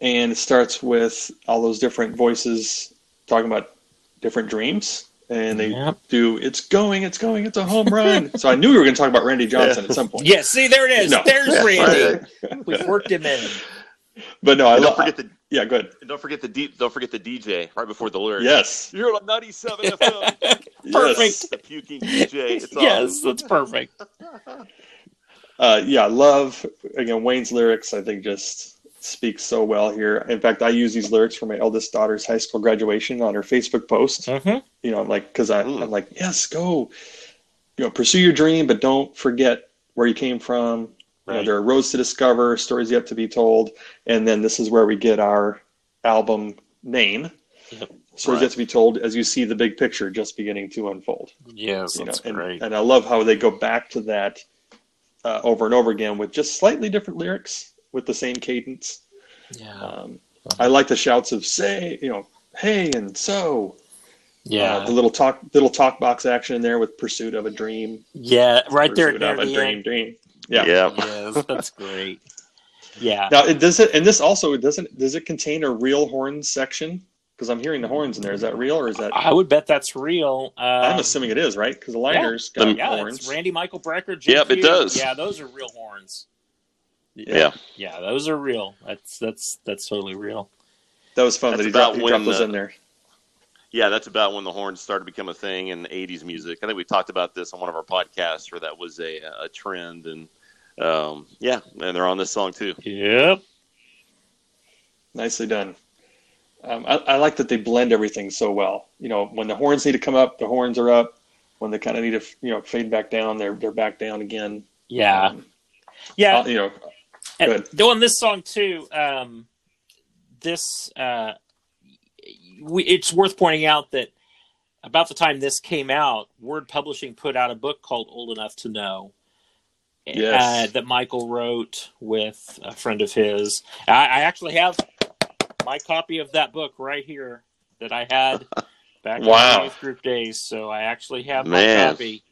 Speaker 1: and it starts with all those different voices talking about different dreams. And they
Speaker 2: Yep.
Speaker 1: do, it's going, it's going, it's a home
Speaker 3: <laughs>
Speaker 1: run. so I knew we were going to talk about Randy Johnson at some point.
Speaker 2: yeah see there it is
Speaker 1: No.
Speaker 2: there's
Speaker 3: <laughs>
Speaker 1: Yeah.
Speaker 2: randy we've worked him in
Speaker 1: But no, I
Speaker 3: And don't
Speaker 1: love
Speaker 3: forget the
Speaker 1: Yeah, go ahead.
Speaker 3: don't forget the deep don't forget the DJ right before the lyrics.
Speaker 1: Yes.
Speaker 3: You're on 97 FM.
Speaker 1: Yes.
Speaker 2: Perfect.
Speaker 3: the puking DJ. It's
Speaker 2: yes that's perfect
Speaker 1: Uh, yeah, I love, again, Wayne's lyrics, I think, just speak so well here. In fact, I use these lyrics for my eldest daughter's high school graduation on her Facebook post.
Speaker 2: Mhm.
Speaker 1: you know, I'm like, because
Speaker 3: Mm.
Speaker 1: I'm like, yes, go, you know, pursue your dream, but don't forget where you came from. You know,
Speaker 2: Right.
Speaker 1: there are roads to discover, stories yet to be told, and then this is where we get our album name.
Speaker 2: Yep.
Speaker 1: Stories
Speaker 3: Right.
Speaker 1: yet to be told as you see the big picture just beginning to unfold.
Speaker 2: yes
Speaker 1: You know,
Speaker 2: that's
Speaker 1: and,
Speaker 2: great
Speaker 1: and I love how they go back to that uh, over and over again with just slightly different lyrics with the same cadence.
Speaker 2: yeah Uh-huh.
Speaker 1: Um, I like the shouts of say, you know, hey and so.
Speaker 2: yeah
Speaker 1: Uh, the little talk, little talk box action in there with pursuit of a dream.
Speaker 2: yeah right there
Speaker 1: Pursuit
Speaker 2: near
Speaker 1: of a
Speaker 2: the
Speaker 1: dream,
Speaker 2: end.
Speaker 1: dream.
Speaker 3: yeah.
Speaker 1: Yeah.
Speaker 2: yes that's great
Speaker 1: <laughs>
Speaker 2: yeah
Speaker 1: Now it does it, and this also it doesn't. Does it contain a real horn section? Because I'm hearing the horns in there. Is that real or is that?
Speaker 2: i would bet that's real um,
Speaker 1: I'm assuming it is, right? Because the liners
Speaker 3: Yeah.
Speaker 1: got
Speaker 2: yeah
Speaker 1: horns.
Speaker 2: it's randy michael brecker
Speaker 3: Yep, it does.
Speaker 2: yeah those are real horns
Speaker 3: Yeah.
Speaker 2: Yeah, those are real. That's that's that's totally real.
Speaker 1: that was fun.
Speaker 3: That's
Speaker 1: That he
Speaker 3: about
Speaker 1: dropped, he
Speaker 3: when
Speaker 1: dropped those
Speaker 3: the-
Speaker 1: in there.
Speaker 3: Yeah, that's about when the horns started to become a thing in 80s music. I think we talked about this on one of our podcasts where that was a, a trend. And um, yeah, and they're on this song too.
Speaker 2: Yep.
Speaker 1: Nicely done. Um, I, I like that they blend everything so well. You know, when the horns need to come up, the horns are up. When they kind of need to, you know, fade back down, they're they're back down again.
Speaker 2: Yeah.
Speaker 1: Um,
Speaker 2: Yeah.
Speaker 1: uh, you know,
Speaker 2: and
Speaker 1: good.
Speaker 2: doing this song too. Um, this uh, we, it's worth pointing out that about the time this came out, Word Publishing put out a book called "Old Enough to Know."
Speaker 1: Yes.
Speaker 2: Uh, that Michael wrote with a friend of his. I, I actually have my copy of that book right here that I had back in
Speaker 3: Wow.
Speaker 2: my youth group days. So I actually have my
Speaker 3: Man.
Speaker 2: copy.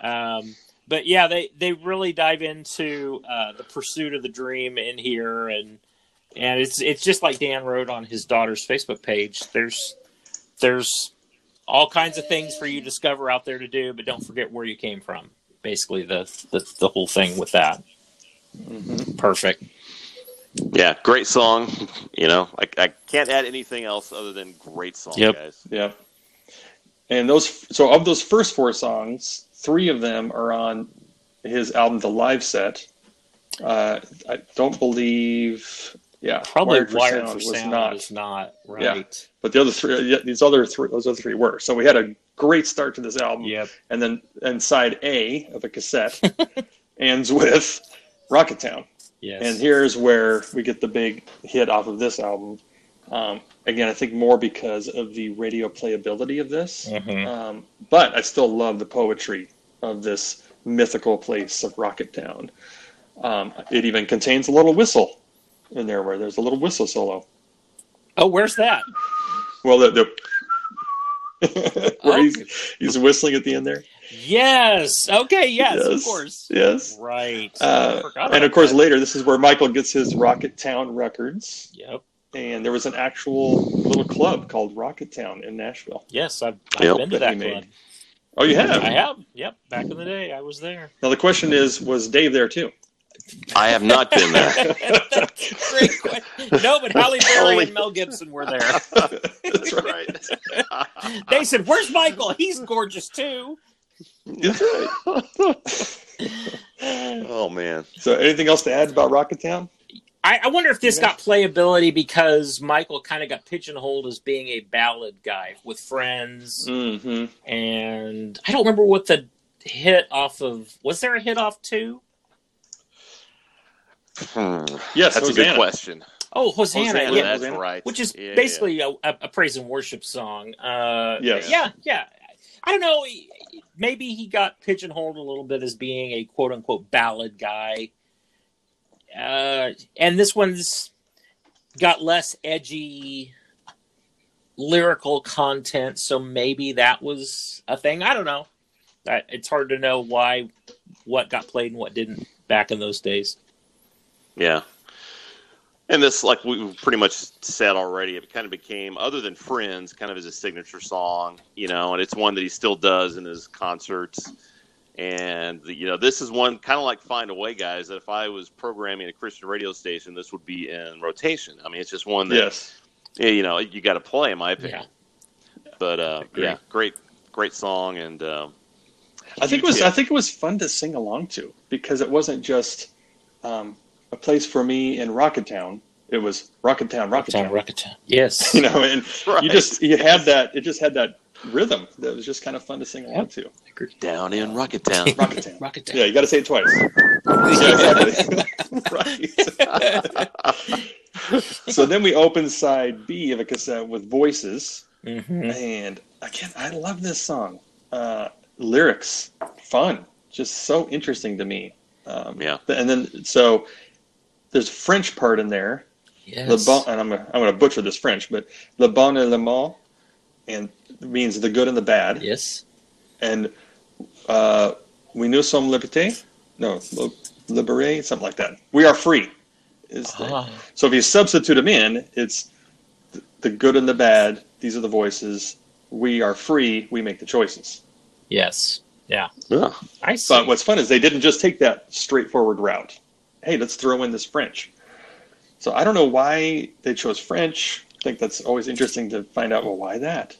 Speaker 2: Um, but yeah, they they really dive into uh, the pursuit of the dream in here, and and it's it's just like Dan wrote on his daughter's Facebook page. There's there's all kinds of things for you to discover out there to do, but don't forget where you came from. Basically, the the, the whole thing with that.
Speaker 1: mm-hmm,
Speaker 2: Perfect.
Speaker 3: Yeah, great song. You know, I, I can't add anything else other than great song,
Speaker 2: Yep.
Speaker 3: guys.
Speaker 1: Yeah. And those, so of those first four songs, three of them are on his album, The Live Set, Uh, I don't believe. Yeah,
Speaker 2: Probably
Speaker 1: Wired for Sound was not.
Speaker 2: is not
Speaker 1: Yeah.
Speaker 2: right.
Speaker 1: But the other three, yeah, these other three, those other three were. So we had a great start to this album,
Speaker 2: Yep.
Speaker 1: and then and side A of a
Speaker 2: <laughs>
Speaker 1: cassette ends with Rocket Town,
Speaker 2: Yes.
Speaker 1: and here's where we get the big hit off of this album. Um, again, I think more because of the radio playability of this.
Speaker 2: Mhm.
Speaker 1: Um, but I still love the poetry of this mythical place of Rocket Town. Um, it even contains a little whistle in there where there's a little whistle solo.
Speaker 2: Oh, where's that?
Speaker 1: Well, the, the <laughs> where
Speaker 2: Okay.
Speaker 1: he's, he's whistling at the end there.
Speaker 2: Oh, Yes. Okay. Yes, Of course.
Speaker 1: Yes.
Speaker 2: Right.
Speaker 1: Uh,
Speaker 2: I forgot
Speaker 1: and
Speaker 2: about
Speaker 1: of course,
Speaker 2: that.
Speaker 1: later, this is where Michael gets his Rocket Town records.
Speaker 2: Yep.
Speaker 1: And there was an actual little club called Rocket Town in Nashville.
Speaker 2: Yes, I've, I've
Speaker 3: Yep.
Speaker 2: been to
Speaker 1: That
Speaker 2: that
Speaker 1: he
Speaker 2: club.
Speaker 1: Oh, you have?
Speaker 2: I have. Yep. Back in the day, I
Speaker 1: <laughs>
Speaker 2: was there.
Speaker 1: Now, the question is was Dave there too?
Speaker 3: I have not
Speaker 2: <laughs>
Speaker 3: been there.
Speaker 2: Great question. No, but Halle Berry
Speaker 3: Holy-
Speaker 2: and Mel Gibson were
Speaker 1: <laughs>
Speaker 2: there.
Speaker 1: That's right.
Speaker 3: right.
Speaker 2: They said, "Where's Michael? He's gorgeous too."
Speaker 1: That's right.
Speaker 3: <laughs> oh man.
Speaker 1: So, anything else to add about Rocket Town?
Speaker 2: I, I wonder if this
Speaker 1: Yeah.
Speaker 2: got playability because Michael kind of got pigeonholed as being a ballad guy with friends,
Speaker 1: Mm-hmm.
Speaker 2: and I don't remember what the hit off of was. There a hit off too?
Speaker 3: Hmm.
Speaker 1: Yes,
Speaker 3: That's a
Speaker 1: Hosanna.
Speaker 3: good question.
Speaker 2: Oh, Hosanna,
Speaker 1: Hosanna,
Speaker 2: yeah,
Speaker 3: that's
Speaker 1: Hosanna.
Speaker 3: right.
Speaker 2: which is
Speaker 3: Yeah, yeah.
Speaker 2: basically A, a, a praise and worship song. Uh,
Speaker 1: Yes.
Speaker 2: Yeah, yeah. I don't know. Maybe he got pigeonholed a little bit as being a quote unquote ballad guy. Uh, and this one's got less edgy lyrical content, so maybe that was a thing. I don't know. I, it's hard to know why what got played and what didn't back in those days.
Speaker 3: Yeah. And this, like we pretty much said already, it kind of became, other than Friends, kind of as a signature song, you know, and it's one that he still does in his concerts. And, you know, this is one kind of like Find Away Guys that if I was programming a Christian radio station, this would be in rotation. I mean, it's just one that,
Speaker 1: Yes.
Speaker 3: yeah, you know, you got to play, in my opinion. But, uh,
Speaker 1: Agreed.
Speaker 3: yeah, great, great song. And, um,
Speaker 1: I think it was.
Speaker 3: <laughs> Yeah.
Speaker 1: I think it was fun to sing along to because it wasn't just um, a place for me in Rocket Town. It was Rocket Town, Rocket Town,
Speaker 2: Rakata.
Speaker 1: <laughs>
Speaker 2: Yes.
Speaker 1: you know, and
Speaker 3: right.
Speaker 1: you just you had that. It just had that rhythm that was just kind of fun to sing along to.
Speaker 3: down in Rocket Town.
Speaker 1: <laughs> Rocket Town.
Speaker 2: Rakata.
Speaker 1: Yeah, you got to say it twice. Yeah,
Speaker 2: <laughs>
Speaker 1: exactly. <laughs> right. So then we open side B of a cassette with voices.
Speaker 2: Mhm.
Speaker 3: Mm-hmm.
Speaker 1: And again, I love this song. Uh, lyrics, fun, just so interesting to me. Um,
Speaker 3: Yeah.
Speaker 1: And then so there's a French part in there. Le
Speaker 2: Yes.
Speaker 1: bon, and I'm gonna, I'm going to butcher this French, but le bon et le mal, and it means the good and the bad.
Speaker 2: Yes.
Speaker 1: And uh, we nous sommes libertés. No, li- libérés, something like that. We are free. Is the,
Speaker 2: Ah,
Speaker 1: so if you substitute them in, it's th- the good and the bad. These are the voices. We are free. We make the choices.
Speaker 2: yes. Yeah.
Speaker 3: Yeah.
Speaker 2: I see.
Speaker 1: But what's fun is they didn't just take that straightforward route. Hey, let's throw in this French. So I don't know why they chose French. I think that's always interesting to find out. Well, why that?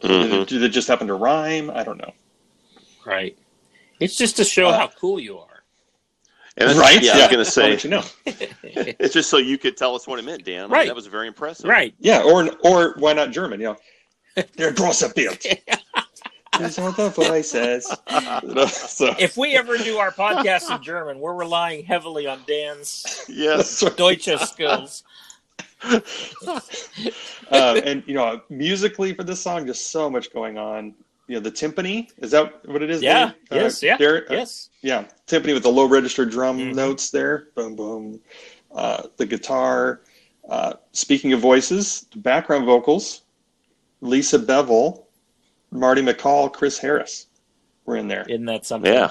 Speaker 1: Did,
Speaker 3: Mhm.
Speaker 1: it, did it just happen to rhyme? I don't know.
Speaker 2: right. It's just to show
Speaker 1: Uh,
Speaker 2: how cool you are.
Speaker 1: <laughs>
Speaker 3: And that's-
Speaker 1: right?
Speaker 3: Yeah, I was going to
Speaker 1: I'll
Speaker 3: say,
Speaker 1: let you know.
Speaker 2: <laughs>
Speaker 3: It's just so you could tell us what it meant, Dan. I mean,
Speaker 2: Right.
Speaker 3: that was very impressive. <laughs>
Speaker 2: right.
Speaker 1: Yeah, or or why not German? You know,
Speaker 2: <laughs>
Speaker 1: they're gross appeal. These are the
Speaker 2: <laughs>
Speaker 1: voices. You know, so <laughs>
Speaker 2: If we ever do our podcast in German, we're relying heavily on Dan's
Speaker 3: Yes.
Speaker 2: Deutsche skills.
Speaker 1: <laughs> uh, and you know, musically for this song, just so much going on. You know, the timpani is that what it is?
Speaker 2: Yeah.
Speaker 1: Dave? Uh,
Speaker 2: Yes. Yeah.
Speaker 1: Derek? Uh,
Speaker 2: Yes.
Speaker 1: yeah. Timpani with the low register drum
Speaker 2: Mhm.
Speaker 1: notes there. Boom, boom. Uh, the guitar. Uh, speaking of voices, background vocals. Lisa Bevel, Marty McCall, Chris Harris, were in there.
Speaker 2: Isn't that something?
Speaker 3: Yeah.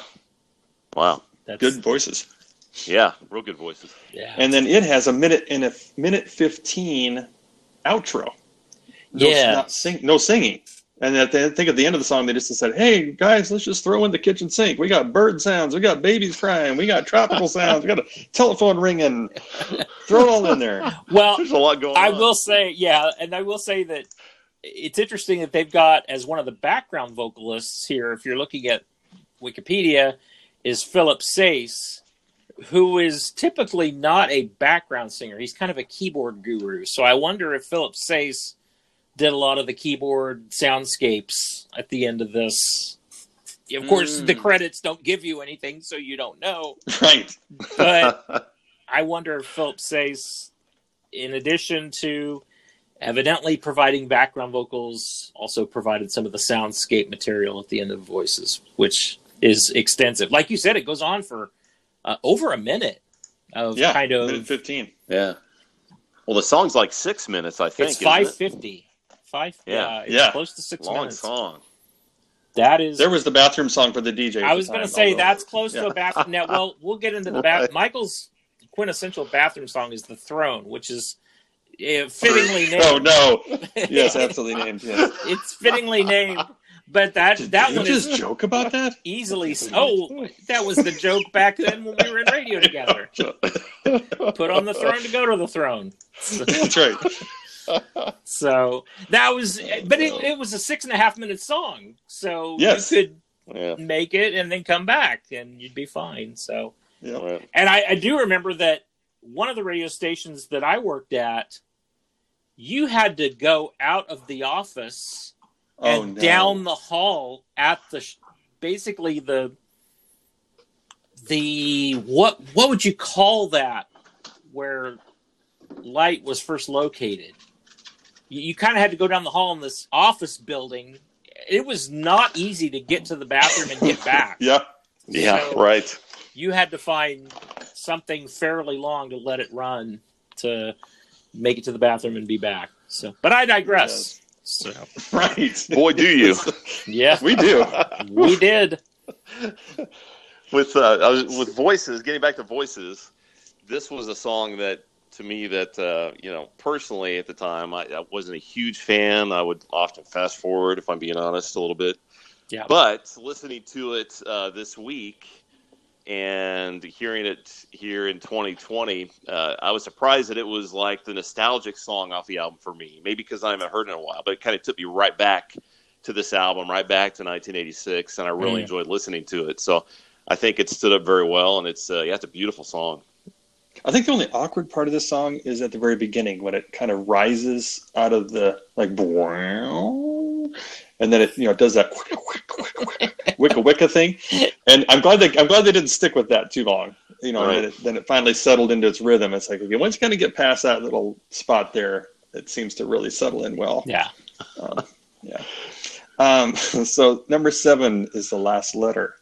Speaker 3: Wow.
Speaker 2: That's
Speaker 1: Good voices.
Speaker 3: Yeah. Real good voices.
Speaker 2: Yeah.
Speaker 1: And then it has a minute and a f- minute fifteen outro. No,
Speaker 2: Yeah.
Speaker 1: not sing, no singing. And at the, I think at the end of the song, they just said, "Hey guys, let's just throw in the kitchen sink. We got bird sounds, we got babies crying, we got tropical sounds, we got a telephone ringing. Throw it all in
Speaker 2: <laughs>
Speaker 1: there." <laughs>
Speaker 2: well,
Speaker 3: There's a lot going
Speaker 2: Uh, I
Speaker 3: on.
Speaker 2: will say, yeah, and I will say that it's interesting that they've got as one of the background vocalists here. If you're looking at Wikipedia, is Philip Sace, who is typically not a background singer. He's kind of a keyboard guru. So I wonder if Philip Sace did a lot of the keyboard soundscapes at the end of this. Of course,
Speaker 3: Mm.
Speaker 2: the credits don't give you anything, so you don't know.
Speaker 1: Right.
Speaker 2: But
Speaker 3: <laughs>
Speaker 2: I wonder if Philip Sace, in addition to evidently providing background vocals, also provided some of the soundscape material at the end of voices, which is extensive. Like you said, it goes on for uh, over a minute of
Speaker 1: Yeah.
Speaker 2: kind
Speaker 1: minute
Speaker 2: of.
Speaker 1: 15.
Speaker 3: yeah. Well, the song's like six minutes, I think.
Speaker 2: It's
Speaker 3: isn't it?
Speaker 2: five fifty. Five.
Speaker 3: Yeah.
Speaker 2: uh, it's
Speaker 1: Yeah.
Speaker 2: close to six
Speaker 3: long
Speaker 2: minutes.
Speaker 3: song.
Speaker 2: That is.
Speaker 1: There was the bathroom song for the DJ. at
Speaker 2: I
Speaker 1: the
Speaker 2: was going to
Speaker 1: time,
Speaker 2: say
Speaker 1: although-
Speaker 2: that's close to
Speaker 1: Yeah.
Speaker 2: a bathroom. Now, well, we'll get into
Speaker 1: <laughs>
Speaker 2: the bath. Michael's quintessential bathroom song is "The Throne," which is uh, fittingly named.
Speaker 1: Oh no!
Speaker 2: <laughs>
Speaker 1: <laughs> Yes, absolutely named. Yes.
Speaker 2: it's fittingly named, but that
Speaker 1: Did
Speaker 2: <laughs> that
Speaker 1: you
Speaker 2: one
Speaker 1: just <laughs>
Speaker 2: is
Speaker 1: joke about that?
Speaker 2: easily. <laughs> Oh, that was the joke back then when we were in radio together. Put on the throne to go to the throne.
Speaker 1: <laughs>
Speaker 2: <laughs>
Speaker 1: That's right.
Speaker 2: So that was, but it, it was a six and a half minute song. So
Speaker 1: Yes.
Speaker 2: you
Speaker 3: Yeah.
Speaker 2: could make it and then come back and you'd be fine. So
Speaker 1: Yeah.
Speaker 3: Right.
Speaker 2: And I, I do remember that one of the radio stations that I worked at, you had to go out of the office
Speaker 1: Oh
Speaker 2: and
Speaker 1: no!
Speaker 2: down the hall at the sh- basically the the what what would you call that where light was first located? You, you kind of had to go down the hall in this office building. It was not easy to get to the bathroom and get back.
Speaker 1: <laughs> Yeah.
Speaker 3: Yeah.
Speaker 2: So-
Speaker 3: right.
Speaker 2: you had to find something fairly long to let it run to make it to the bathroom and be back. So, but I digress. So, <laughs>
Speaker 1: Right.
Speaker 3: Boy, do you
Speaker 2: yeah,
Speaker 1: We do.
Speaker 2: we did.
Speaker 3: <laughs> with uh, I was- with voices. Getting back to voices, this was a song that to me that uh, you know personally at the time I, I wasn't a huge fan. I would often fast forward if I'm being honest a little bit.
Speaker 2: Yeah.
Speaker 3: But listening to it uh, this week and hearing it here in 2020, uh, I was surprised that it was like the nostalgic song off the album for me. Maybe because I haven't heard it in a while, but it kind of took me right back to this album, right back to 1986, and I really
Speaker 2: Mm.
Speaker 3: enjoyed listening to it. So I think it stood up very well, and it's uh, yeah, it's a beautiful song.
Speaker 1: I think the only awkward part of this song is at the very beginning when it kind of rises out of the like, and then it you know does that wicka wicka thing. And I'm glad they I'm glad they didn't stick with that too long. You know,
Speaker 3: Right.
Speaker 1: and then it, then it finally settled into its rhythm. It's like okay, once you kind of get past that little spot there, it seems to really settle in well.
Speaker 2: Yeah.
Speaker 1: Um, yeah. Um, <laughs> so number seven is the last letter,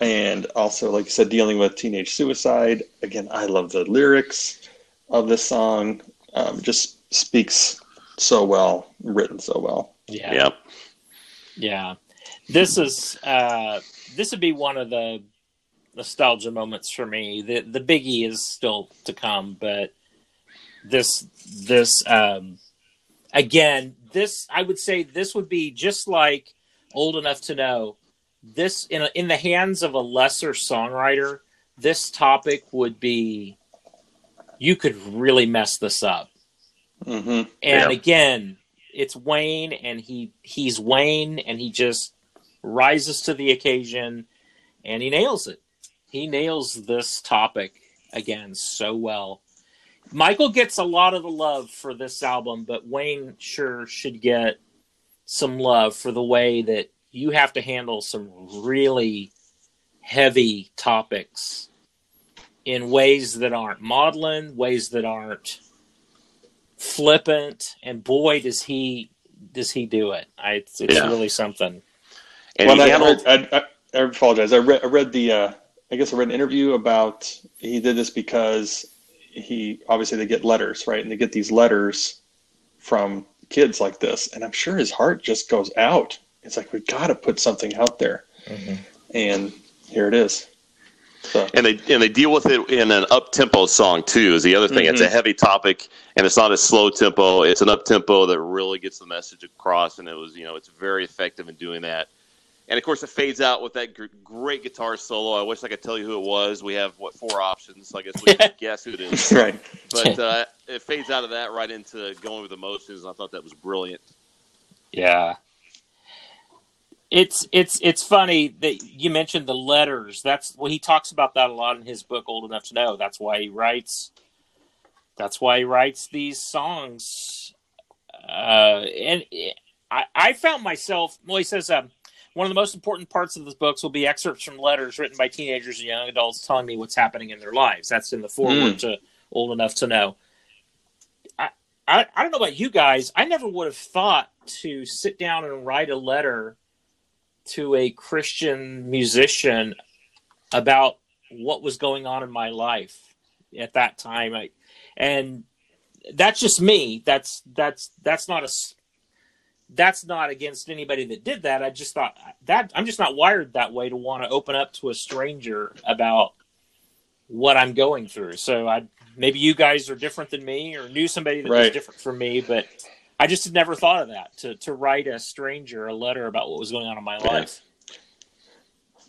Speaker 1: and also, like you said, dealing with teenage suicide. Again, I love the lyrics of this song. Um, just speaks so well, written so well.
Speaker 2: Yeah. Yeah. This is uh this would be one of the nostalgia moments for me. The the biggie is still to come, but this this um again, this I would say this would be just like old enough to know this in a, in the hands of a lesser songwriter, this topic would be you could really mess this up.
Speaker 1: hmm
Speaker 2: And
Speaker 3: Yeah.
Speaker 2: again, it's Wayne, and he he's Wayne, and he just rises to the occasion, and he nails it. He nails this topic again so well. Michael gets a lot of the love for this album, but Wayne sure should get some love for the way that you have to handle some really heavy topics in ways that aren't maudlin, ways that aren't flippant, and boy does he does he do it. I, it's it's
Speaker 3: Yeah.
Speaker 2: really something.
Speaker 3: And
Speaker 1: well,
Speaker 3: he
Speaker 1: I,
Speaker 3: handled-
Speaker 1: read- I, I, I apologize. I read, I read the, uh, I guess I read an interview about he did this because he obviously they get letters, right? And they get these letters from kids like this, and I'm sure his heart just goes out. It's like we've got to put something out there, and here it is. So
Speaker 3: and they and they deal with it in an up tempo song too. Is the other thing. It's a heavy topic, and it's not a slow tempo. It's an up tempo that really gets the message across, and it was you know it's very effective in doing that. And of course, it fades out with that gr- great guitar solo. I wish I could tell you who it was. We have what four options? So I guess we <laughs> can guess who it is.
Speaker 1: <laughs> right,
Speaker 3: <laughs> But uh, it fades out of that right into going with emotions. And I thought that was brilliant.
Speaker 2: Yeah. It's it's it's funny that you mentioned the letters. That's well, he talks about that a lot in his book, Old Enough to Know. That's why he writes. That's why he writes these songs. Uh, and I, I found myself. Well, he says um, one of the most important parts of the books will be excerpts from letters written by teenagers and young adults telling me what's happening in their lives. That's in the foreword to Old Enough to Know. I, I I don't know about you guys. I never would have thought to sit down and write a letter to a Christian musician about what was going on in my life at that time. I, and that's just me. That's that's that's not a s- that's not against anybody that did that. I just thought that I'm just not wired that way to want to open up to a stranger about what I'm going through. So I maybe you guys are different than me or knew somebody that was
Speaker 1: Right.
Speaker 2: different from me, but I just had never thought of that to to write a stranger a letter about what was going on in my
Speaker 1: Yeah.
Speaker 2: life.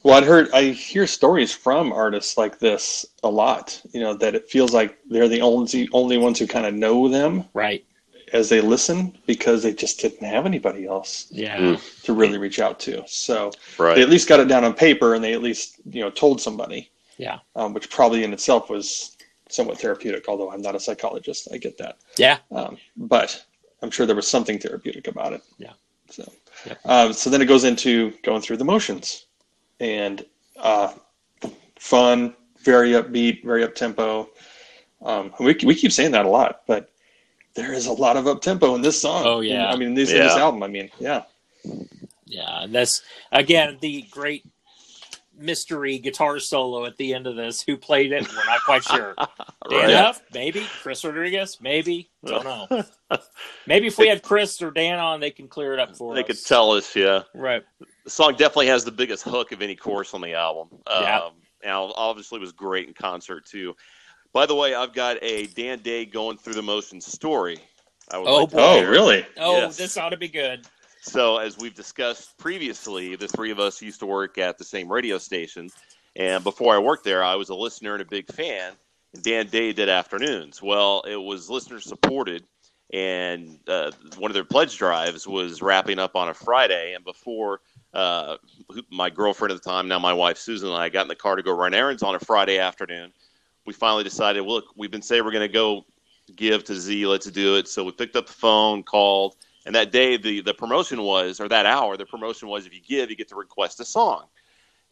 Speaker 1: Well, I'd heard I hear stories from artists like this a lot. You know that it feels like they're the only only ones who kind of know them
Speaker 2: Right.
Speaker 1: as they listen because they just didn't have anybody else
Speaker 2: Yeah.
Speaker 3: Mm.
Speaker 1: to really reach out to. So they
Speaker 3: Right.
Speaker 1: at least got it down on paper and they at least you know told somebody.
Speaker 2: Yeah.
Speaker 1: Um, which probably in itself was somewhat therapeutic. Although I'm not a psychologist, I get that.
Speaker 2: Yeah.
Speaker 1: Um, but I'm sure there was something therapeutic about it.
Speaker 2: Yeah.
Speaker 1: So,
Speaker 2: Yep.
Speaker 1: um, so then it goes into going through the motions, and uh, fun, very upbeat, very up tempo. Um, we we keep saying that a lot, but there is a lot of up tempo in this song.
Speaker 2: Oh, yeah.
Speaker 1: I mean, this in this
Speaker 3: Yeah.
Speaker 1: album. I mean, yeah,
Speaker 2: Yeah, and that's again the great mystery guitar solo at the end of this. Who played it? We're not quite sure. Dan
Speaker 3: <laughs> Right.
Speaker 2: Huff, maybe Chris Rodriguez, maybe don't <laughs> know. maybe if we had Chris or Dan on, they can clear it up for
Speaker 3: They
Speaker 2: us.
Speaker 3: could tell us, yeah.
Speaker 2: right?
Speaker 3: The song definitely has the biggest hook of any chorus on the album.
Speaker 2: Yeah.
Speaker 3: Um, and ob- obviously was great in concert too. By the way, I've got a Dan Day going through the motions story. I would
Speaker 2: Oh,
Speaker 3: like to
Speaker 2: boy.
Speaker 1: oh
Speaker 3: share.
Speaker 1: <laughs> really?
Speaker 2: Oh,
Speaker 3: Yes.
Speaker 2: this ought to be good.
Speaker 3: So, as we've discussed previously, the three of us used to work at the same radio station. And before I worked there, I was a listener and a big fan. Dan Day did afternoons. Well, it was listener supported. And uh, one of their pledge drives was wrapping up on a Friday. And before uh, who- my girlfriend at the time, now my wife Susan, and I got in the car to go run errands on a Friday afternoon, we finally decided, look, we've been saying we're going to go give to Z, let's do it. So we picked up the phone, called. And that day, the, the promotion was, or that hour, the promotion was if you give, you get to request a song.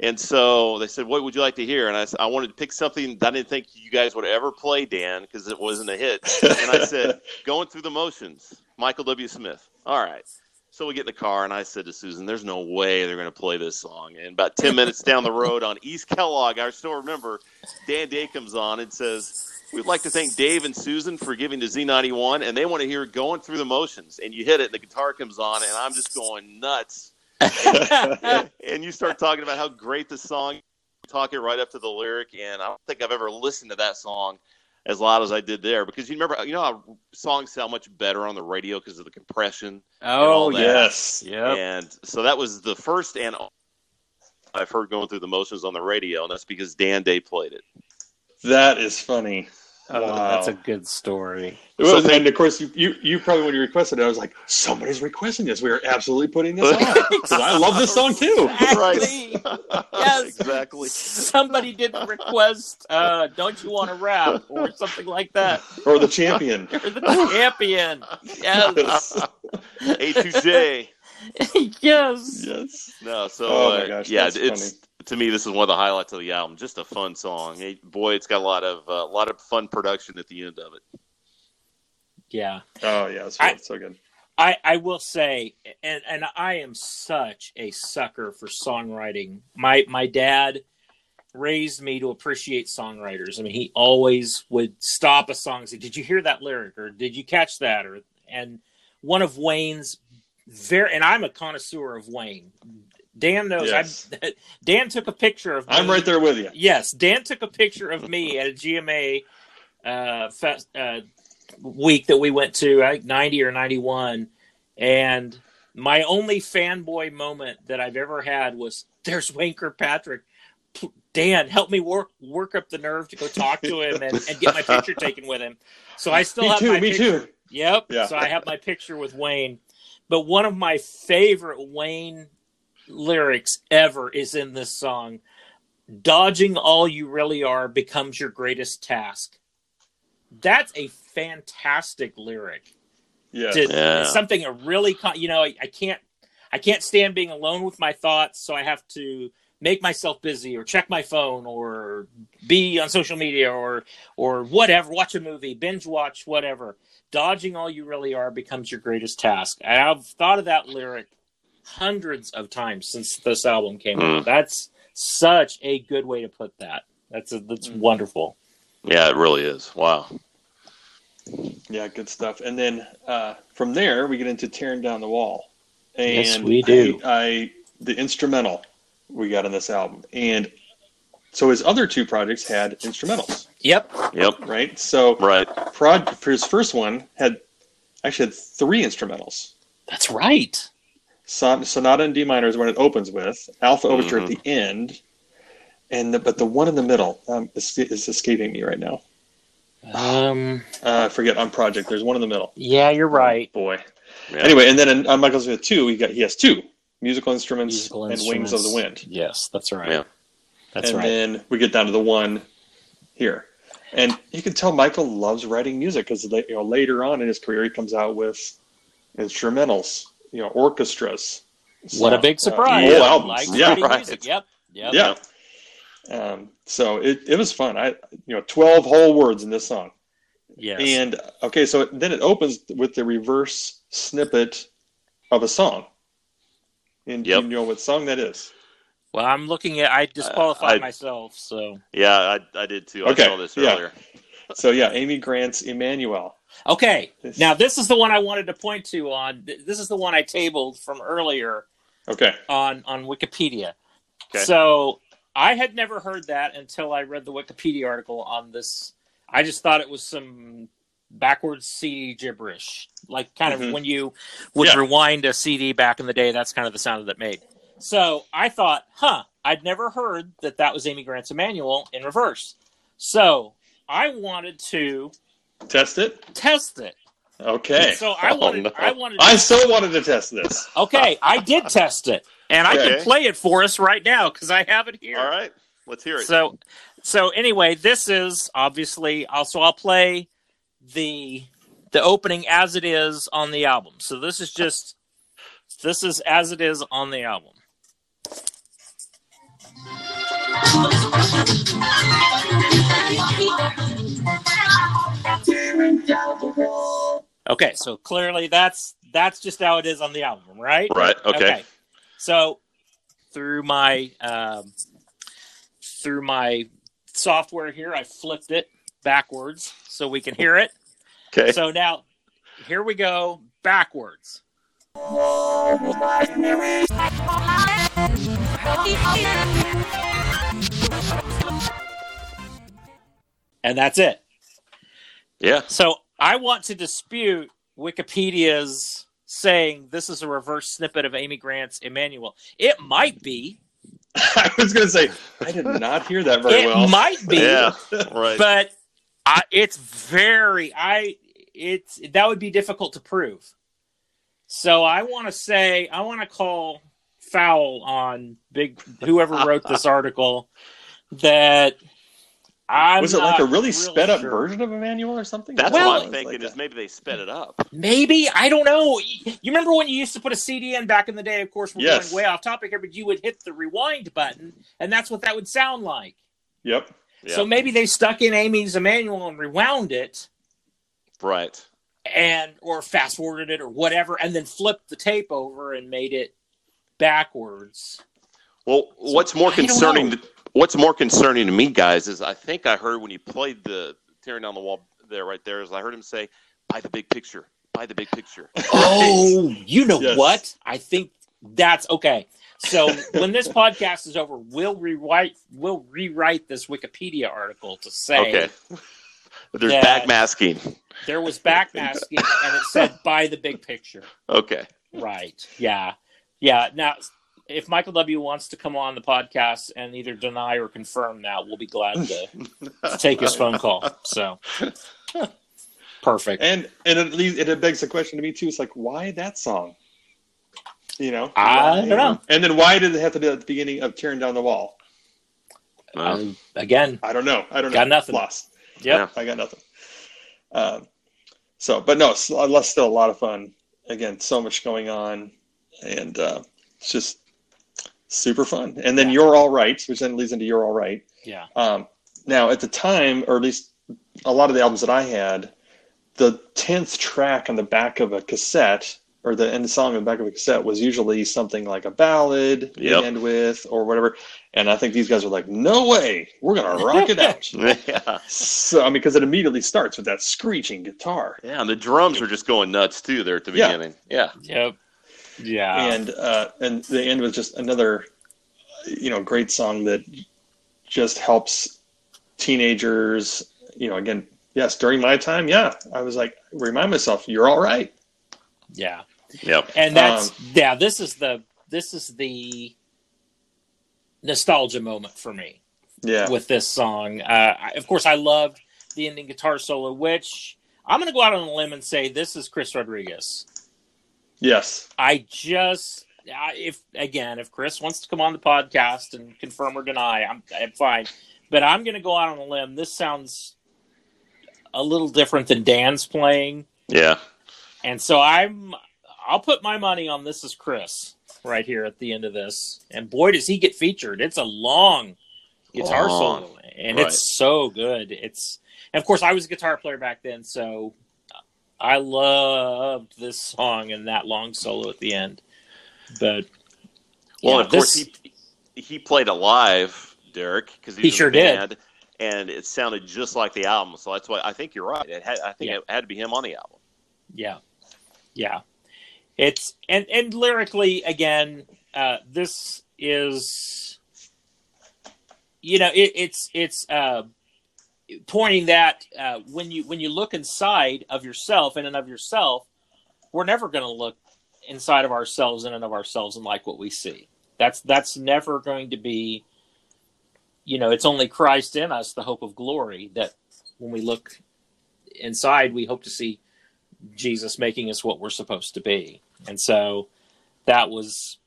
Speaker 3: And so they said, What would you like to hear? And I, s- I wanted to pick something that I didn't think you guys would ever play, Dan, because it wasn't a hit. And I said, Going through the motions, Michael W. Smith. All right. So we get in the car, and I said to Susan, There's no way they're going to play this song. And about 10 minutes down the road on East Kellogg, I still remember, Dan Day comes on and says, We'd like to thank Dave and Susan for giving to Z91, and they want to hear going through the motions. And you hit it, the guitar comes on, and I'm just going nuts. and you start talking about how great the song, you talk it right up to the lyric, and I don't think I've ever listened to that song as loud as I did there because you remember, you know how songs sound much better on the radio because of the compression.
Speaker 2: Oh
Speaker 3: all
Speaker 2: yeah,
Speaker 3: that.
Speaker 1: yes.
Speaker 2: yeah.
Speaker 3: And so that was the first and only I've heard going through the motions on the radio, and that's because Dan Day played it. <laughs>
Speaker 1: That is funny.
Speaker 2: Oh,
Speaker 1: Wow.
Speaker 2: that's a good story.
Speaker 1: It was, and of course, you, you you probably when you requested it, I was like, somebody's requesting this. We are absolutely putting
Speaker 2: <laughs>
Speaker 1: this on 'Cause I love this song too.
Speaker 2: Exactly.
Speaker 3: <laughs>
Speaker 2: Yes. <laughs>
Speaker 3: exactly.
Speaker 2: Somebody did request, uh, "Don't you want to rap?" or something like that.
Speaker 1: Or the champion.
Speaker 2: You're
Speaker 3: <laughs>
Speaker 2: the champion. <laughs> Yes.
Speaker 1: yes.
Speaker 3: A to J.
Speaker 2: <laughs> yes.
Speaker 1: yes.
Speaker 3: No, so
Speaker 1: Oh my
Speaker 3: uh,
Speaker 1: gosh,
Speaker 3: yeah,
Speaker 1: that's
Speaker 3: it's to me this is one of the highlights of the album. Just a fun song. It- boy, it's got a lot of a lot of fun production at the end of it.
Speaker 2: Yeah.
Speaker 1: Oh yeah, it's,
Speaker 2: I-
Speaker 1: it's so good.
Speaker 2: I, I will say, and and I am such a sucker for songwriting. My my dad raised me to appreciate songwriters. I mean, he always would stop a song and say, "Did you hear that lyric? Or did you catch that?" Or and one of Wayne's very, and I'm a connoisseur of Wayne. Dan knows.
Speaker 1: Yes.
Speaker 2: I, <laughs> Dan took a picture of.
Speaker 1: I'm
Speaker 2: me-
Speaker 1: right there with you.
Speaker 2: Yes, Dan took a picture of me at a GMA uh, fest, uh, week that we went to, I think ninety or ninety one, and my only fanboy moment that I've ever had was there's Wayne Kirkpatrick. P- Dan, help me work work up the nerve to go talk to him and, and get my picture taken with him. So I still
Speaker 1: Me
Speaker 2: have my
Speaker 1: too. Me
Speaker 2: picture.
Speaker 1: too.
Speaker 2: Yep.
Speaker 1: Yeah.
Speaker 2: So I have my picture with Wayne. But one of my favorite Wayne lyrics ever is in this song. Dodging all you really are becomes your greatest task. That's a fantastic lyric.
Speaker 1: Yeah.
Speaker 2: To,
Speaker 3: Yeah.
Speaker 2: Something a really con- you know I, I can't I can't stand being alone with my thoughts, so I have to make myself busy or check my phone or be on social media or or whatever, watch a movie, binge watch whatever. Dodging all you really are becomes your greatest task. And I've thought of that lyric hundreds of times since this album came out. That's such a good way to put that. That's a, that's wonderful.
Speaker 3: Yeah, it really is. Wow.
Speaker 1: Yeah, good stuff. And then uh, from there, we get into tearing down the wall. And
Speaker 2: Yes, we do.
Speaker 1: I, I the instrumental we got on this album, and so his other two projects had instrumentals,
Speaker 2: Yep.
Speaker 3: Yep.
Speaker 1: right? So
Speaker 3: Right.
Speaker 1: prod for his first one had actually had three instrumentals.
Speaker 2: That's right.
Speaker 1: Son- Sonata in D minor is when it opens with Alpha Overture at the end, and the, but the one in the middle um, is, is escaping me right now.
Speaker 2: Um
Speaker 1: Uh, I forget on project. There's one in the middle.
Speaker 2: yeah, you're right.
Speaker 1: Boy,
Speaker 3: Yeah.
Speaker 1: Anyway, and then in, on Michael Smith two, he got he has two musical instruments
Speaker 2: Musical
Speaker 1: and
Speaker 2: instruments.
Speaker 1: Wings of the Wind.
Speaker 2: Yes, that's right.
Speaker 3: Yeah.
Speaker 2: That's
Speaker 1: and
Speaker 2: right.
Speaker 1: then we get down to the one here, and you can tell Michael loves writing music because you know later on in his career he comes out with instrumentals, you know, orchestras.
Speaker 2: What a
Speaker 1: So,
Speaker 2: big
Speaker 1: uh,
Speaker 2: surprise!
Speaker 1: whole
Speaker 3: Yeah,
Speaker 1: albums.
Speaker 2: Like
Speaker 1: yeah,
Speaker 2: writing
Speaker 3: right.
Speaker 2: music. Yep. Yep.
Speaker 1: yeah. Um, so it, it was fun. I you know twelve whole words in this song.
Speaker 2: Yes.
Speaker 1: And okay, so then it opens with the reverse snippet of a song. And do
Speaker 3: Yep.
Speaker 1: you know what song that is?
Speaker 2: well, I'm looking at. I disqualified
Speaker 3: I-
Speaker 2: myself. So
Speaker 3: Yeah, I, I did too. I
Speaker 1: Okay,
Speaker 3: saw this
Speaker 1: yeah.
Speaker 3: earlier.
Speaker 1: So yeah, Amy Grant's Emmanuel.
Speaker 2: okay.
Speaker 1: This-
Speaker 2: Now this is the one I wanted to point to. On th- this is the one I tabled from earlier
Speaker 1: Okay.
Speaker 2: on on Wikipedia.
Speaker 3: Okay.
Speaker 2: So I had never heard that until I read the Wikipedia article on this. I just thought it was some backwards CD gibberish, like kind
Speaker 1: Mhm.
Speaker 2: of when you would
Speaker 1: Yeah.
Speaker 2: rewind a CD back in the day. That's kind of the sound that it made. So I thought, huh, I'd never heard that that was Amy Grant's Emmanuel in reverse. So I wanted to
Speaker 1: Test it.
Speaker 2: test it.
Speaker 1: Okay.
Speaker 2: So I
Speaker 3: Oh,
Speaker 2: wanted,
Speaker 3: no.
Speaker 2: I wanted,
Speaker 1: I still wanted to test this. <laughs>
Speaker 2: okay, I did test it, and I
Speaker 3: Okay.
Speaker 2: can play it for us right now because I have it here.
Speaker 3: All right. Let's hear it.
Speaker 2: So, so anyway, this is obviously also I'll play the the opening as it is on the album. So this is just this is as it is on the album. Okay, so clearly that's that's just how it is on the album, right?
Speaker 3: right. Okay.
Speaker 2: So through my um, through my software here, I flipped it backwards so we can hear it.
Speaker 3: Okay.
Speaker 2: So now here we go backwards. And that's it.
Speaker 3: yeah.
Speaker 2: So I want to dispute Wikipedia's saying this is a reverse snippet of Amy Grant's Emmanuel. It might be.
Speaker 1: I was gonna say I did not hear that very
Speaker 2: it
Speaker 1: well.
Speaker 2: might
Speaker 1: <laughs>
Speaker 2: be.
Speaker 3: Yeah. Right.
Speaker 2: but I, it's very i it's that would be difficult to prove so i want to say i want to call foul on big whoever wrote
Speaker 1: <laughs>
Speaker 2: this article that i
Speaker 1: was it like a really, sped up version of Emmanuel or something?
Speaker 3: That's
Speaker 2: Well-
Speaker 3: what I'm thinking is maybe they sped it up.
Speaker 2: Maybe I don't know. You remember when you used to put a CD in back in the day? Of course, we're
Speaker 1: Yes.
Speaker 2: going way off topic here, but you would hit the rewind button, and that's what that would sound like.
Speaker 1: Yep.
Speaker 3: Yeah.
Speaker 2: So maybe they stuck in Amy's Emmanuel and rewound it,
Speaker 3: right.
Speaker 2: and or fast forwarded it or whatever and then flipped the tape over and made it backwards
Speaker 3: Well, what's more
Speaker 2: I don't
Speaker 3: concerning?
Speaker 2: know.
Speaker 3: To, what's more concerning to me, guys, is I think I heard when you played the tearing down the wall there, right there, is I heard him say, "Buy the big picture, buy the big picture."
Speaker 2: oh you know
Speaker 1: Yes.
Speaker 2: what i think that's okay so when this podcast is over we'll rewrite we'll rewrite this wikipedia article to say
Speaker 3: Okay. <laughs> There's
Speaker 2: Yeah.
Speaker 3: back masking.
Speaker 2: there was backmasking and it said buy the big picture
Speaker 3: Okay.
Speaker 2: right yeah yeah now if michael w wants to come on the podcast and either deny or confirm that we'll be glad to to take his phone call. So perfect.
Speaker 1: And and it leads and it begs the question to me too. It's like why that song? You know,
Speaker 2: I don't know.
Speaker 1: And then why did they have to do that at the beginning of tearing down the wall?
Speaker 3: Well,
Speaker 2: Um, again,
Speaker 1: I don't know. I don't know.
Speaker 2: Got nothing.
Speaker 1: Lost.
Speaker 2: yep.
Speaker 1: I got nothing. Um, so, but no, it's, uh, still a lot of fun. Again, so much going on, and uh, it's just super fun. And then
Speaker 2: Yeah.
Speaker 1: you're all right, which then leads into you're all right.
Speaker 2: Yeah.
Speaker 1: Um, now, at the time, or at least a lot of the albums that I had, the tenth track on the back of a cassette, or the end song on the back of a cassette, was usually something like a ballad to
Speaker 3: Yep.
Speaker 1: end with, or whatever. And I think these guys were like, "No way, we're gonna rock it
Speaker 3: <laughs>
Speaker 1: out."
Speaker 3: <laughs> yeah.
Speaker 1: so I mean, because it immediately starts with that screeching guitar,
Speaker 3: Yeah, and the drums are just going nuts too there at the
Speaker 1: Yeah.
Speaker 3: beginning. Yeah.
Speaker 2: Yep. Yeah.
Speaker 1: and uh, and the end was just another, you know, great song that just helps teenagers. You know, again, yes, during my time, yeah, I was like, remind myself, you're all right.
Speaker 2: yeah.
Speaker 3: Yep.
Speaker 2: And that's yeah, this is the this is the nostalgia moment for me
Speaker 1: Yeah,
Speaker 2: with this song. Uh, I, of course I loved the ending guitar solo which I'm going to go out on a limb and say this is Chris Rodriguez.
Speaker 1: yes,
Speaker 2: I just I, if again if Chris wants to come on the podcast and confirm or deny, I'm I'm fine. But I'm going to go out on a limb. This sounds a little different than Dan's playing,
Speaker 3: Yeah.
Speaker 2: and so I'm I'll put my money on this is Chris right here at the end of this. And boy, does he get featured! It's a long guitar
Speaker 3: Long.
Speaker 2: solo, and
Speaker 3: Right.
Speaker 2: it's so good. It's and of course I was a guitar player back then, so I loved this song and that long solo at the end. But
Speaker 3: Well,
Speaker 2: yeah,
Speaker 3: and of course,
Speaker 2: this-
Speaker 3: he he played it live, Derek, because
Speaker 2: He sure did.
Speaker 3: and it sounded just like the album. So that's why I think you're right. It had, I think
Speaker 2: Yeah.
Speaker 3: it had to be him on the album.
Speaker 2: yeah, yeah, it's and and lyrically again, uh, this is you know it, it's it's uh, pointing that uh, when you when you look inside of yourself in and of yourself, we're never going to look inside of ourselves in and of ourselves and like what we see. That's that's never going to be. You know, it's only Christ in us, the hope of glory. That when we look inside, we hope to see Jesus making us what we're supposed to be. And so that was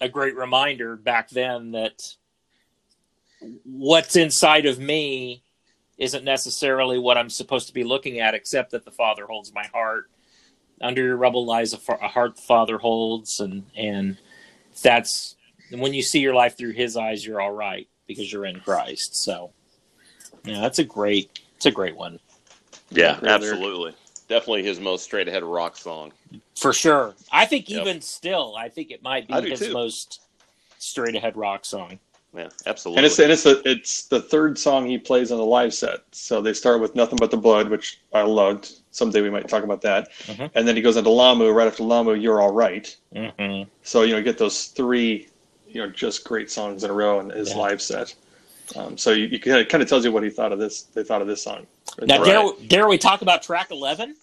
Speaker 2: a great reminder back then that what's inside of me isn't necessarily what I'm supposed to be looking at, except that the Father holds my heart. Under your rubble lies a, fa- a heart the Father holds, and and that's and when you see your life through His eyes, you're all right because you're in Christ. So, yeah, that's a great, it's a great one.
Speaker 1: Yeah, Derek.
Speaker 3: absolutely. Definitely his most straight ahead rock song.
Speaker 2: For sure. I think
Speaker 3: Yep.
Speaker 2: even still, I think it might be
Speaker 3: I do
Speaker 2: his
Speaker 3: too.
Speaker 2: most straight ahead rock song.
Speaker 3: Yeah, absolutely.
Speaker 1: and it's and it's the it's the third song he plays on the live set. So they start with nothing but the blood, which I loved. Someday we might talk about that,
Speaker 2: Mhm.
Speaker 1: and then he goes into Lamu. Right after Lamu, you're all right.
Speaker 2: Mm-hmm.
Speaker 1: So you know, get those three, you know, just great songs in a row in his
Speaker 2: Yeah.
Speaker 1: live set. Um, so you, you kind of kind of tells you what he thought of this. They thought of this song.
Speaker 2: Now,
Speaker 3: Right.
Speaker 2: dare, dare we talk about track 11?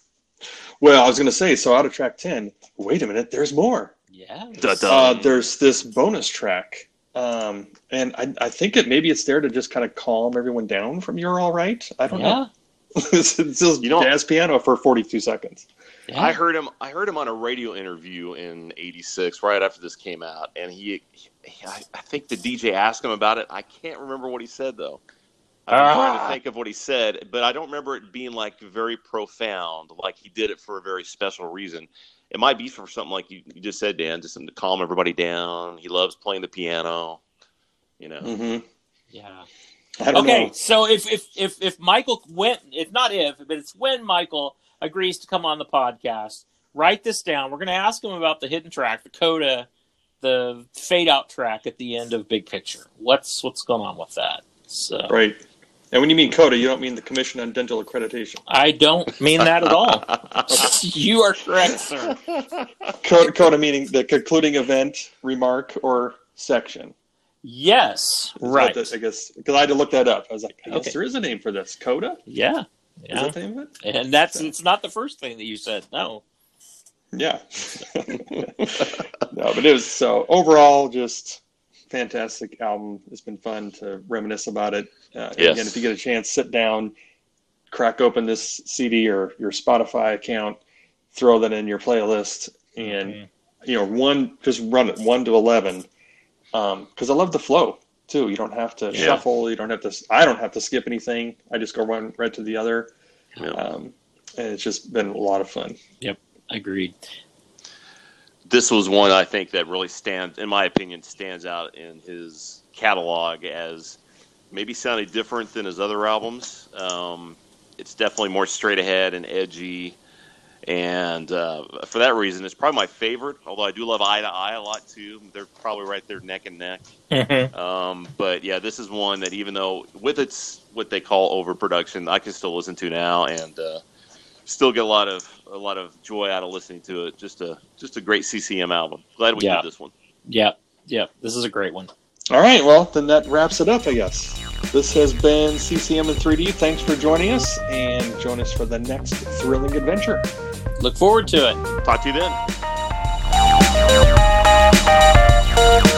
Speaker 1: Well, I was going to say, so out of track ten. Wait a minute, there's more.
Speaker 2: Yeah.
Speaker 3: Duh, duh.
Speaker 1: Uh,
Speaker 3: Um.
Speaker 1: there's this bonus track, um, and I, I think it maybe it's there to just kind of calm everyone down from "You're All Right." I don't know. <laughs>
Speaker 2: Yeah.
Speaker 1: it's just
Speaker 3: You know-
Speaker 1: jazz piano for 42 seconds.
Speaker 2: yeah.
Speaker 3: I heard him. I heard him on a radio interview in '86, right after this came out, and he, he- I, I think the DJ asked him about it. I can't remember what he said though. I'm trying
Speaker 2: Ah.
Speaker 3: to think of what he said, but I don't remember it being like very profound. Like he did it for a very special reason. It might be for something like you, you just said, Dan, just to calm everybody down. He loves playing the piano. You know,
Speaker 1: Mm-hmm.
Speaker 2: Yeah.
Speaker 1: I don't
Speaker 2: Okay.
Speaker 1: know.
Speaker 2: So if, if, if, if Michael went, if not if, but it's when Michael agrees to come on the podcast, write this down. We're going to ask him about the hidden track, the coda, the fade out track at the end of Big Picture. What's, what's going on with that? So
Speaker 1: Right. And when you mean CODA, you don't mean the Commission on Dental Accreditation.
Speaker 2: I don't mean that at all.
Speaker 1: Mm.
Speaker 2: <laughs>
Speaker 3: <laughs>
Speaker 2: you are correct, sir.
Speaker 1: Co- coda meaning the concluding event, remark, or section.
Speaker 2: Yes,
Speaker 1: Is what
Speaker 2: right.
Speaker 1: the- I guess because I had to look that up. I was like, I guess
Speaker 2: Okay.
Speaker 1: there is a name for this. Coda?
Speaker 2: yeah,
Speaker 1: Is
Speaker 2: yeah.
Speaker 1: that the name of it?
Speaker 2: And that's it's not the first thing that you said. No.
Speaker 1: Yeah. <laughs> no, but it was so overall just fantastic album. It's been fun to reminisce about it. Uh, and
Speaker 3: Yes.
Speaker 1: Again, if you get a chance, sit down, crack open this CD or your Spotify account, throw that in your playlist, and you know, one just run it one to eleven, because I love the flow too. You don't have to
Speaker 3: Yeah.
Speaker 1: shuffle. You don't have to. I don't have to skip anything. I just go one right to the other.
Speaker 3: Yeah.
Speaker 1: Um, and it's just been a lot of fun.
Speaker 2: Agreed.
Speaker 3: this was one I think that really stands, in my opinion, stands out in his catalog as maybe sounding different than his other albums. Um, it's definitely more straight ahead and edgy, and uh, for that reason, it's probably my favorite. Although I do love Eye to Eye a lot too. They're probably right there neck and neck. Um, but yeah, this is one that even though with its what they call overproduction, I can still listen to now and uh, still get a lot of a lot of joy out of listening to it. Just a just a great CCM album. Glad we
Speaker 2: Yeah.
Speaker 3: did this one.
Speaker 2: Yeah, yeah. This is a great one.
Speaker 1: All right, well then that wraps it up, I guess. This has been CCM in 3D. Thanks for joining us, and join us for the next thrilling adventure.
Speaker 2: Look forward to it.
Speaker 3: Talk to you then.